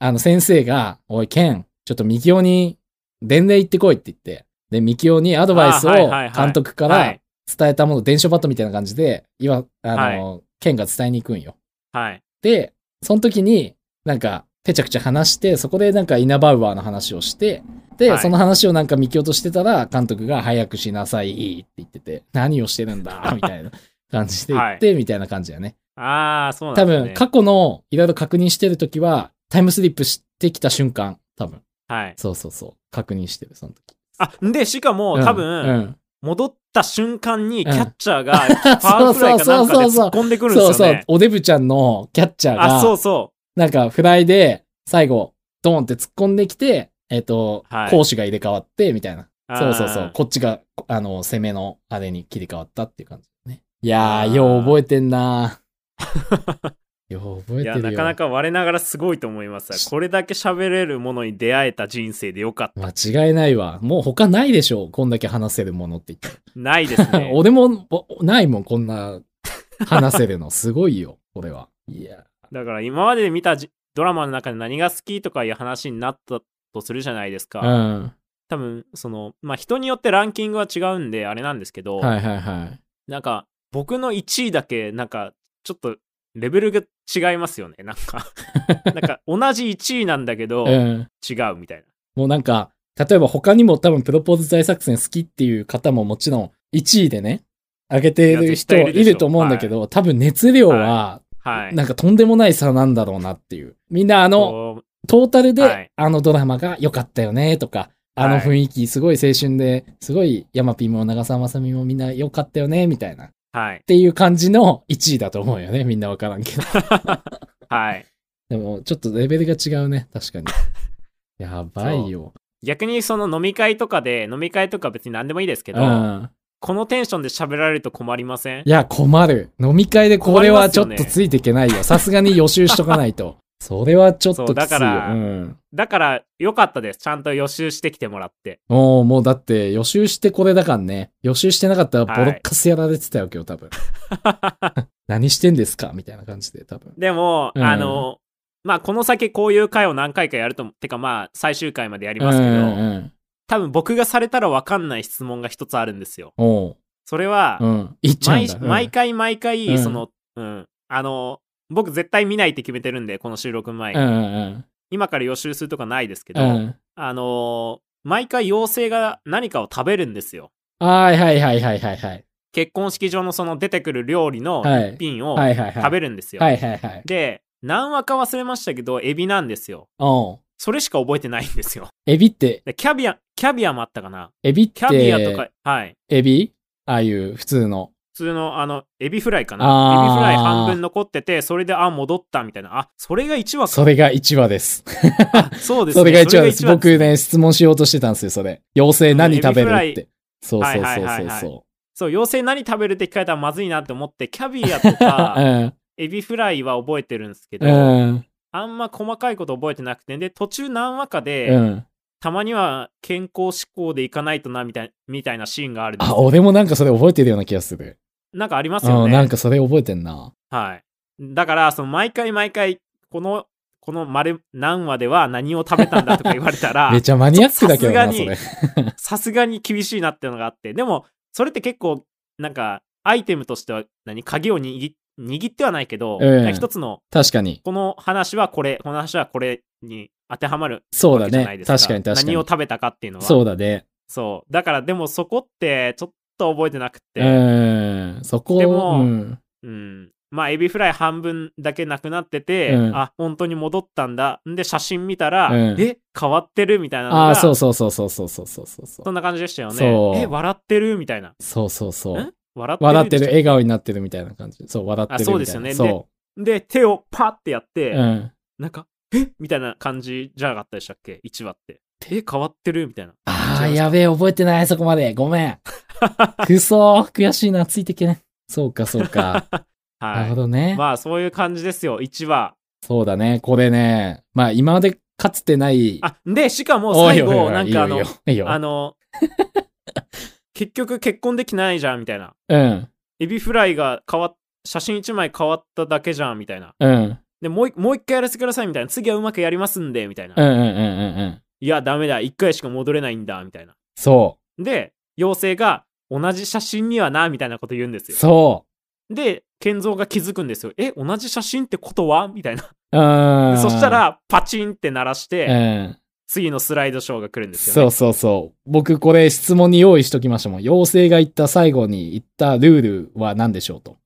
あの、先生が、おい、剣、ちょっとミキオに伝令行ってこいって言って、で、ミキオにアドバイスを
あーはいはいはい
監督か
は
ら
い。
伝えたもの、伝承バットみたいな感じで、今、あの、剣が伝えに行くんよ。
はい。
で、その時に、なんか、ぺちゃくちゃ話して、そこでなんかイナバウアーの話をして、で、
はい
その話をなんか見落としてたら、監督が早くしなさいって言ってて、何をしてるん だ、みたいな感じで言って、みたいな感じだよね。
ああ、そうな
多
んです
分、
ね。
過去のいろいろ確認してる時は、タイムスリップしてきた瞬間、多分。
はい。
そうそうそう。確認してる、その時。
あ、で、しかも、多分、
うん
戻った瞬間に
う
キ
ん
ャッチャー がパワーフライかなんかで突っ込んでく
うん
るん
そう
です
そ
よ
う
ね。。
おデブちゃんのキャッチャーが、
あ、そうそ
なんか、フライで、最後、ドーンって突っ込んできて、えっ、と、
はい
攻守が入れ替わって、みたいな。
う。
そうそうそう。こっちが、こあの、攻めのあれに切り替わったっていう感じだね。いや
あ
ー、
ー
よう覚えてんな よう覚
う
え
い
て
や、
るよ。
なかなか我ながらすごいと思います。これだけ喋れるものに出会えた人生でよかっ
間違いないわ。もう他ないでしょう。こんだけ話せるものって言って。。
た。ないですね
俺も、 おないもん、こんな、話せるの。すごいよ、これは。いや
だから今まで見たじドラマの中で何が好きとかいう話になったとするじゃないです
ー。
か。
うん。
多分、その、まあ人によってランキングは違うんであれなんですけど、
はいはいはい。
なんか僕の1位だけなんかちょっとレベルが違いますよね。な んかなんか同じ1位なんだけど、
うん。
違うみたい
もうなんか、例えば他にも多分プロポーズ大作戦好きっていう方ももちろん1位でね、上げてい
い
る
や絶
人
対いるでしょ
いると思うんだけど、多分熱量は、
な。はい。
なんかとんでもない差なんだろうなっていう。みんなあの、
こう
トータルで、
はい
あのドラマが良かったよねとか、あの雰囲気すごい青春で、すごい山ピーも長澤まさみもみんな良かったよねみたいな。っ
はい。
ていう感じの1位だと思うよね。みんなわからんけど。
はい。
でもちょっとレベルが違うね。確 かに。やばいよ。
逆にその飲み会とかで、飲み会とか別に何でもいいですけ
う
ど、
ん。
このテンションで喋られると困りません
いや、困る。飲み会でこれはちょっ
困り
と
ますよ
つ
ね
いていけないよ。さすがに予習しとかない と。それはちょっと
そ
き
うだ
つい
か
よ。
ら
うん。
だから、良かったです。ちゃんと予習してきてもらって。
もう、もうだって予習してこれだからね。予習してなかったらボロッカスやられてたよ、今日多 分。何してんですかみたいな感じで、多分。
でも、
うん
あの、まあ、この先こういう回を何回かやると、てかまあ、最終回までやりますけど、
うんうんうん。
多分僕がされたら分かんない質問が一つあるんですよ。
おう。
それは、
うん。言っちゃうん
毎
だ。
毎回毎回、
うん
その、うん、あの、僕絶対見ないって決めてるんで、この収録前に。
うんうんうん
今から予習するとかないですけ
う
ど、
ん。うん。
あのー毎回妖精が何かを食べるんですよ。
はいはいはいはいはいはい。
結婚式場のその出てくる料理の
はい
一品を
はいはいはい。
食べるんですよ。
はいはいはい。
で、何話か忘れましたけど、エビなんですよ。
おう。
それしか覚えてないんですよ。
エビって、
でキャビア、キャビアもあったかな
エビって、
キャビアとか、はい。
エビああいう普通の。
通のあのエビフライかな
あー
エビフライ半分残っててそれであ戻ったみたいなあそれが1話か
それが1話です。
あそうですね
それが1話です。
それが一
僕ね、質問しようとしてたんですよ、それ。妖精何食べる
うんエ
っ
ビフラ
て。そうそう
はい
そう
はいは
そ
いうはい
そ
そう妖精何食べるって聞かれたらまずいなって思ってキャビアとか
う。うん。
エビフライは覚えてるんですけ ど、
うん。
あんま細かいこと覚えてなくてで途中何話かで、
うん。
たまには健康志向でいかないとなみたいみたいなシーンがあるんです
あ、俺もなんかそれ覚えてるような気がする。
なんかありますよ
うん、
ね
なんかそれ覚えてんな。
はいだからその毎回毎回このこの丸何話では何を食べたんだとか言われたら
めちゃマニアックだけどな、
さ
そ
すが
れ
に。さすがに厳しいなっていうのがあってでもそれって結構なんかアイテムとしては何鍵を握握ってはないけど、
うん
一つの
確かに。
この話はこれこの話はこれに当てはまる
そうだ
わけじゃない
ね
で。す
確かに確か
何を
に。
食べたかっていうのは
そうだね。
そうだからでもそこってちょっと覚えてなく
う
て
ん。そこ
でも
うん。
うん、まあエビフライ半分だけなくなってて、
うん
あ本当に戻ったんだんで写真見たら、
うん
え変わってるみたいなのが
ああ、そうそうそうそうそうそうそうそうそ
そ
う。
んな感じでしたよ
そう
ねえ笑ってるみたいな
そうそうそう。
ん笑ってる
笑ってる、
でし
笑顔になってるみたいな感じ。そう、笑ってるみたいな。
あそうですよね
そ
ょで手をパッてやって、
う。うん。
なんかえみたいな感じじゃなかったでしたっけ1話って手変わってるみたいな
ああ、
違いました
やべえ、覚えてない、そこまで。ごめん。 くそー、悔しいな、ついていけない。そうか、そうか。な
は
る
い
ほどね。
まあそういう感じですよ1話
そうだね、これね。まあ、今までかつてない。
あでしかも最
おいおいおい
後
おい
なんかあ
いい
の
よいいよいい
あ
よ。
の結局結婚できないじゃんみたいな
うん、
エビフライが変わっ写真1枚変わっただけじゃんみたいな
うん、
でもういもう一回やらせてくださいみたいな次はうまくやりますんでみたいな、
うん、うん、うん、うんうん。
いやダメだ1回しか戻れないんだみたいな
そ
で妖精が同じ写真にはなみたいなこと言うんです
う、
よ
そ
で健三が気づくんですよえ同じ写真ってことはみたいな
う。うん。
そした、らパチンって鳴らし
う
て、
ん。
次のスライドショーが来るんですよ、ね、
そうそうそう。僕、これ質問に用意しときましたもん。妖精が言った最後に言ったルールは何でしょ うと。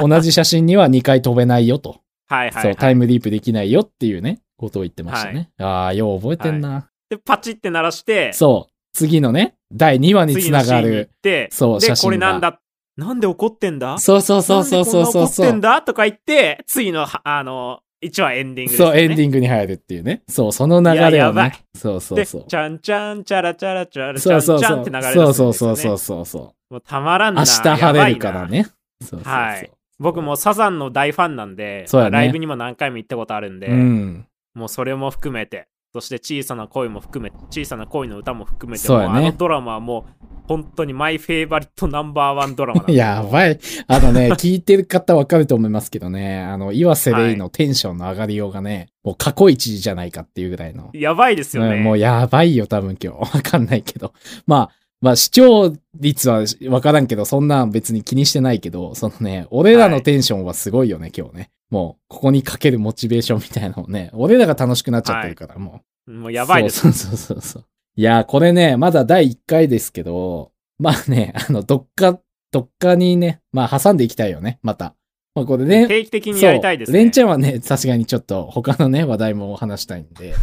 同じ写真には2回飛べないよと。
はいはい、
そ
は
う、
い、
タイムリープできないよっていうね、ことを言ってましたね。ああ、よう覚えてんな。
でパチって鳴らして
そう、次のね、第2話につ
次の
な
シ
が
ーンに行
る
っ。て
そう
で
写真
これ
が
なんだなんで怒ってんだ
そうそうそうそうそう
なんで
そ
こん
う
な怒
そ
ってん
う。
だとか言って次のはあの1話エンディングですよ
そう、
ね
エンディングに入るっていうね。そう、その流
いや
れを
やば
ね
い。
そうそうそう
で。ちゃんちゃんちゃらちゃらちゃらち
そ
ゃ
うん
ち
そう
ゃ
そ
ん
う。
って流れ出すんですよ、ね、
そうそうそうそうそうそう。
もうたまらんな
明日晴れるから
やばいな
ね。そうそうそう。
はい僕もサザンの大ファンなんで、
そうやね
ライブにも何回も行ったことあるんで、
うん。
もうそれも含めてそして小さな恋も含めて小さな恋の歌も含めて、
そうやね
もうあのドラマはもう本当にマイフェイバリットナンバーワンドラマなんで
やばい。あの ね、聞いてる方わかると思いますけどね、あの、岩瀬レイのテンションの上がりようがね、もう過去一じゃないかっていうぐらいの。
やばいですよ
う
ね、
んもうやばいよ、多分今日。わ かんないけど。まあ、まあ視聴率はわからんけど、そんなん別に気にしてないけど、そのね、俺らのテンションはすごいよね、今日ね。もう、ここにかけるモチベーションみたいなのをね、俺らが楽しくなっちゃってるから、も
もう
う。
やばいです
そうそうそうそうそう。いやー、これね、まだ第1回ですけど、まあね、あの、どっか、どっかにね、まあ挟んでいきたいよね、また。まあこれね、
定期的にやりたいで
そ
す
うレ
ね
ンちゃんはね、さすがにちょっと他のね、話題も話したいん で。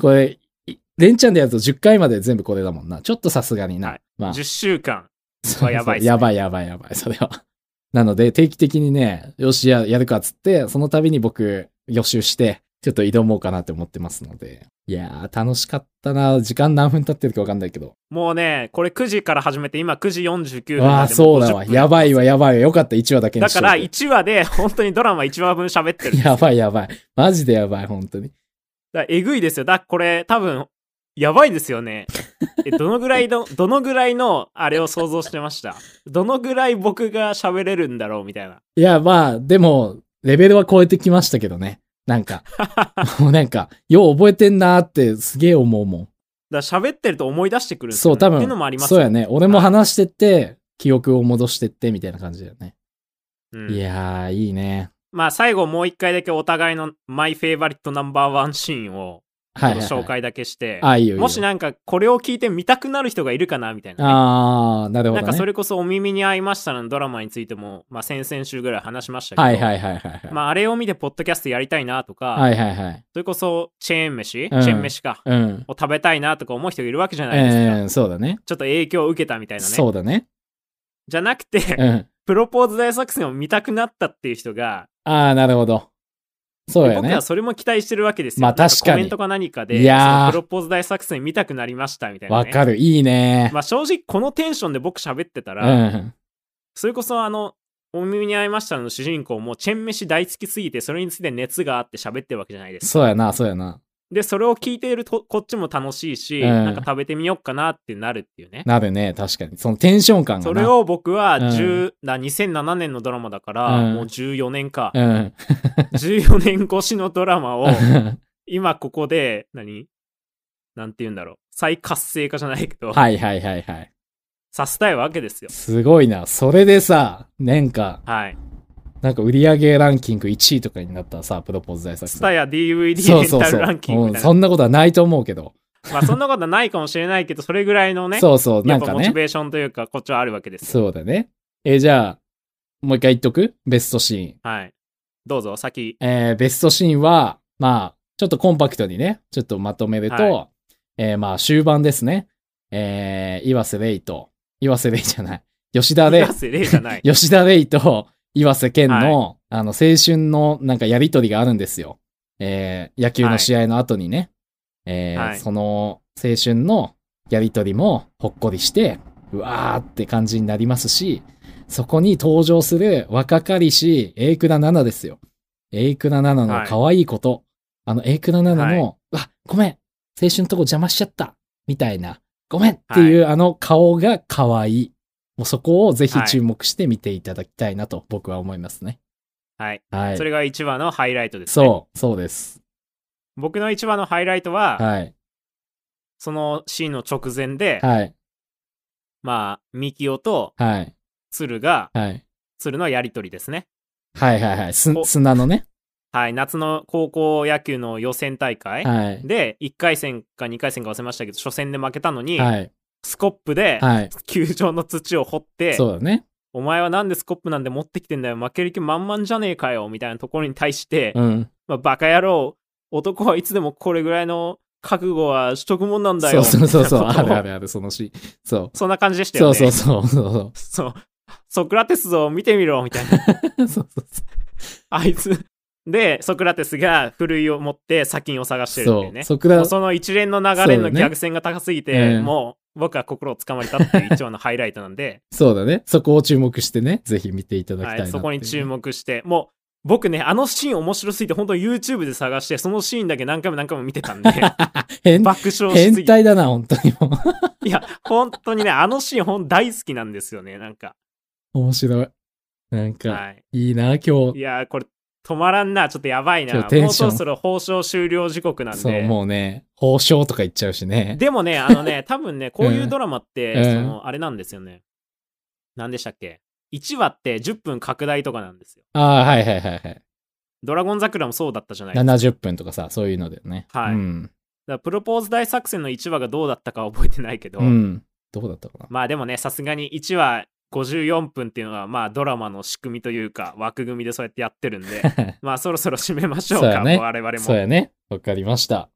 これ、いレンちゃんでやると10回まで全部これだもんな。ちょっとさすがにな。
はい
まあ、
10週間
そうそう
やばいっすね
やばいやばいやばい、それは。なので、定期的にね、よしや、やるかっつって、その度に僕、予習して、ちょっと挑もうかなって思ってますので。いやー、楽しかったな。時間何分経ってるかわかんないけど。
もうねこれ9時から始めて今9時49分
わ
なん
あ、
で
そうだ
も
わ。
50分
やばいわ、やばいわ。よかった、1話だけに
だ
しと
か
いて
ら1話で本当にドラマ1話分喋ってるんですよ
やばいやばい。マジでやばい、本当に。
だからえぐいですよだからこれ多分やばいです よねえどのぐらいのどのぐらいのあれを想像してましたどのぐらい僕が喋れるんだろうみたいない
や、まあ、でも、レベルは超えてきましたけどね。なん か、もうなんか、よう覚えてんなーってすげえ思うも
だから喋ってると思い出してくるん
ん。
ですよ
そう、
ね
多
っ
分
ていうのもあり、ます
そうやね。俺も
はい
話してって、記憶を戻してってみたいな感じだよね。
うん
いやー、いいね。
まあ最後もう一回だけお互いのマイフェイバリットナンバーワンシーンをちょ
は
っ
い、は
と
いはい。
紹介だけして、
あ、いいよいいよ。
もしなんかこれを聞いて見たくなる人がいるかなみたいなね、
あー、なるほ
な
ど、
ん
ね。
かそれこそ「お耳に合いました」のドラマについても、まあ、先々週ぐらい話しましたけど、
はいはいはいはいはい。
まあ、あれを見てポッドキャストやりたいなとか、
はいはいはい。
それこそチェーン
う
飯、
ん
チェーン飯か。
うん。
を食べたいなとか思う人がいるわけじゃないですか。
えー、そうだね。
ちょっと影響を受けたみたいなね。
そうだね。
じゃなくて、
うん。
プロポーズ大作戦を見たくなったっていう人が、
ああ、なるほど。そうや
僕
ね
は。それも期待してるわけですよ。
まあ
なん
確かに
コメントか何かで、
いやー
そのプロポーズ大作戦見たくなりましたみたいな、
わ
ね。
かる。いいね。
まあ正直このテンションで僕喋ってた
う
ら、
ん。
それこそあの、お耳に合いましたの主人公もチェン飯大好きすぎて、それについて熱があって喋ってるわけじゃないですか。
そうやな、そうやな。
で、それを聞いているとこっちも楽しいし、
うん
なんか食べてみようかなってなるっていう ね。
なるね、確かに。そのテンション感が
そ
な。
れを僕は
うん
10、な2007年のドラマだから、
うん
もう14年か、
うん。
14年越しのドラマを、今ここで、何なんて言うんだろう。再活性化じゃないけ ど、
はいはいはいはい。
させたいわけですよ。
すごいな。それでさ、年間、
はい。
なんか売上ランキング1位とかになったらさ、プロポーズ大作
スタ
戦。
や DVD
そ
レ
う
ン
そう
タ
そ
ル
う。
ランキングみ
うん
たいな。
そんなことはないと思うけど。
まあそんなことはないかもしれないけど、それぐらいのね、
そうそう、な
やっ
ん
ぱ
か
モチ
ね。
ベーションというか、こっちはあるわけですよ。
そうだね。えーじゃあ、もう一回言っとくベストシーン。
はい。どうぞ、先。
えーベストシーンは、まあ、ちょっとコンパクトにね、ちょっとまとめると、
は
えーまあ、終盤ですね。えー岩瀬レイと、岩瀬レイじゃない、吉田レイ。
出、せ例じゃない
吉田レイと岩瀬健の、あの、青春のなんかやりとりがあるんですよ。えー野球の試合の後にね、えー
はい
その青春のやりとりもほっこりして、うわーって感じになりますし、そこに登場する若かりし、エイクラ7ですよ。エイクラ7の可愛いこと、あの、エイクラ7の、
はいう
わ、ごめん、青春のとこ邪魔しちゃった、みたいな、ごめんっていうあの顔が可愛い。もうそこをぜひ注目して見ていただきたいなと僕は思いますね。
はい。
はい。
それが一話のハイライトです、ね。
そう、そうです。
僕の一話のハイライトは、
はい。
そのシーンの直前で、
はい。
まあ、ミキオと
はい。
鶴が、
はい。
鶴のやりとりですね。
はいはいはい。す
お
砂のね。
はい。夏の高校野球の予選大会
はい。
で、1回戦か2回戦か忘れましたけど、初戦で負けたのに、
はい。
スコップで、
はい。
球場の土を掘って、
そうだね。
お前はなんでスコップなんで持ってきてんだよ、負ける気満々じゃねえかよ、みたいなところに対して、
うん。
まあ、バカ野郎、男はいつでもこれぐらいの覚悟はしとくもんなんだ
そ
よ。
うそう そうそう。
みた
あ
いなことを
るあるある、そのし。そ
そんな感じでし
う。
たよ
そ
ね。
うそうそうそう。
そうソクラテス像を見てみろ、みたいな。
そうそうそ
あいつ。 で、ソクラテスがふるいを持って砂金を探して
う。
るってい
そう
ね。
う。
も
そこだ
うその一連の流れ
そうだ
の
ね
逆線が高すぎて、
うん
もう僕は心をつかまれたっていう一話のハイライトなん で、
そうだね。そこを注目してね、ぜひ見ていただきたい
は
なって
い、
いう。
そこに注目して、もう僕ね、あのシーン面白すぎて、本当に YouTube で探して、そのシーンだけ何回も何回も見てた んで、
変
爆笑しすぎて。
変態だな、本当に もう。
いや、本当にね、あのシーン、ほん大好きなんですよね、なんか。
面白い。なんか、
はい
いな、今
い。い
日。
やー、これ、止まらんな、ちょっとやばいな。
ちょ
も
っとテンション
うそろそろ放送終了時刻なん
そう、
で。
もうね、報奨とか言っちゃうしね。
でもね、あのね、 多分ね、こういうドラマって、
うん
その、あれなんですよね。何でしたっけ ?1 話って10分拡大とかなんですよ。
ああ、はいはいはいはい。
ドラゴン桜もそうだったじゃないですか。だか
70分とかさ、そういうのでね。
はい
うん。
らプロポーズ大作戦の1話がどうだったかは覚えてないけど、
うん。どうだったかな。
まあでもね、さすがに1話54分っていうのは、まあドラマの仕組みというか、枠組みでそうやってやってるん で、まあそろそろ締めましょう
そう
か、
やね
我々
そう
も。
やね。わかりました。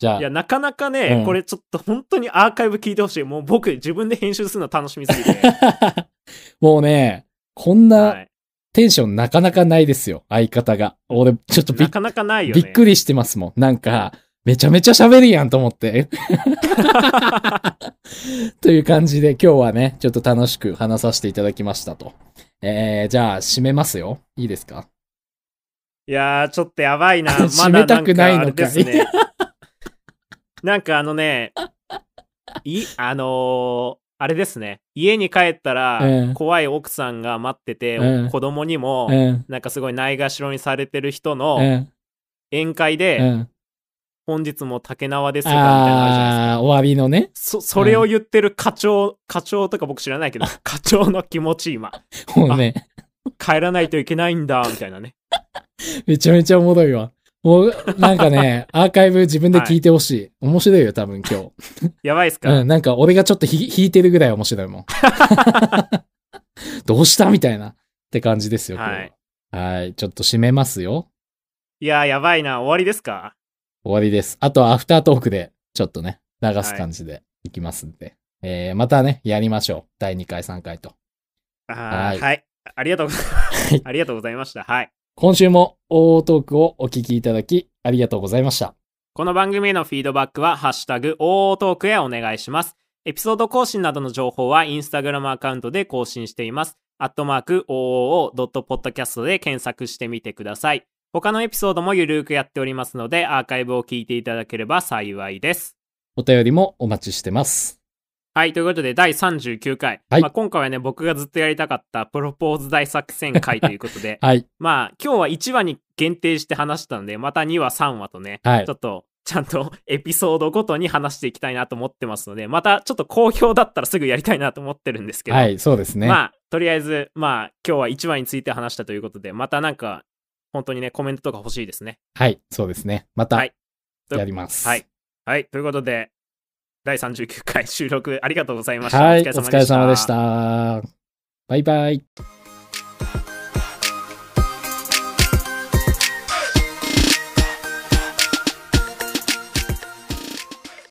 じゃあ
いや、なかなか
う
ね、
ん
これちょっと本当にアーカイブ聞いてほしい。もう僕、自分で編集するの楽しみす ぎて。
もうね、こん
は、
ないテンションなかなかないですよ、相方が。俺、ちょっとびっ
なかなかないよ
び
ね。
っくりしてますもん。なんか、めちゃめちゃ喋るやんと思 って。という感じで今日はね、ちょっと楽しく話させていただきましたと。えー、じゃあ、締めますよ。いいですか
いやー、ちょっと やばいな。まだ
締めたくないのかい
んあれです ね。なんかあのね、い、あのーあれですね。家に帰った
う
ら
ん、
怖い奥さんが待ってて、
うん
子供にも、
うん。
なんかすごいないがしろにされてる人
う
の
ん。
宴会
う
で、
ん。
本日も竹縄ですが、みたいなのあるじゃないですか。
あー、終わりのね。
そ、それを言ってる課長、課長とか僕知らないけど、 課長の気持ち今、
もうね、
帰らないといけないんだ、みたいなね。
めちゃめちゃおもろいわ。もう、なんか ね、アーカイブ自分で聞いてほしい。面白いよ、多分今日。
やばいっすか、
うん、なんか俺がちょっとひ引いてるぐらい面白いも ん。どうしたみたいな。って感じですよ、今日
はい
は。はい。ちょっと締めますよ。
いやー、やばいな、終わりですか
終わりです。あとはアフタートークで、ちょっとね、流す感じでいきますんで。えー、またね、やりましょう。第2回、3回と。
あ
は
ー
い
はい。ありがとうござい
はい
ありがとうございました。はい。
今週も OO トークをお聞きいただきありがとうございました。
この番組へのフィードバックは、ハッシュタグ、OO トークへお願いします。エピソード更新などの情報は、インスタグラムアカウントで更新しています。アットマーク、OOO.podcast で検索してみてください。他のエピソードもゆるーくやっておりますので、アーカイブを聞いていただければ幸いです。
お便りもお待ちしてます。
はい、ということで、第39回。
はい
まあ、今回はね、僕がずっとやりたかった、プロポーズ大作戦会ということで、
はい。
まあ、今日は1話に限定して話したので、また2話、3話とね、
はい
ちょ。っと、ちゃんとエピソードごとに話していきたいなと思ってますので、またちょっと好評だったらすぐやりたいなと思ってるんですけど、
はい、そうですね。
まあ、とりあえず、まあ、今日は1話について話したということで、またなんか、本当にね、コメントとか欲しいですね。
はい、そうですね。また
は
や
いと
ります。
はい。はい、ということで、第39回収録ありがとうございました。
はい、お疲れ様でし
した
た。バイバイ。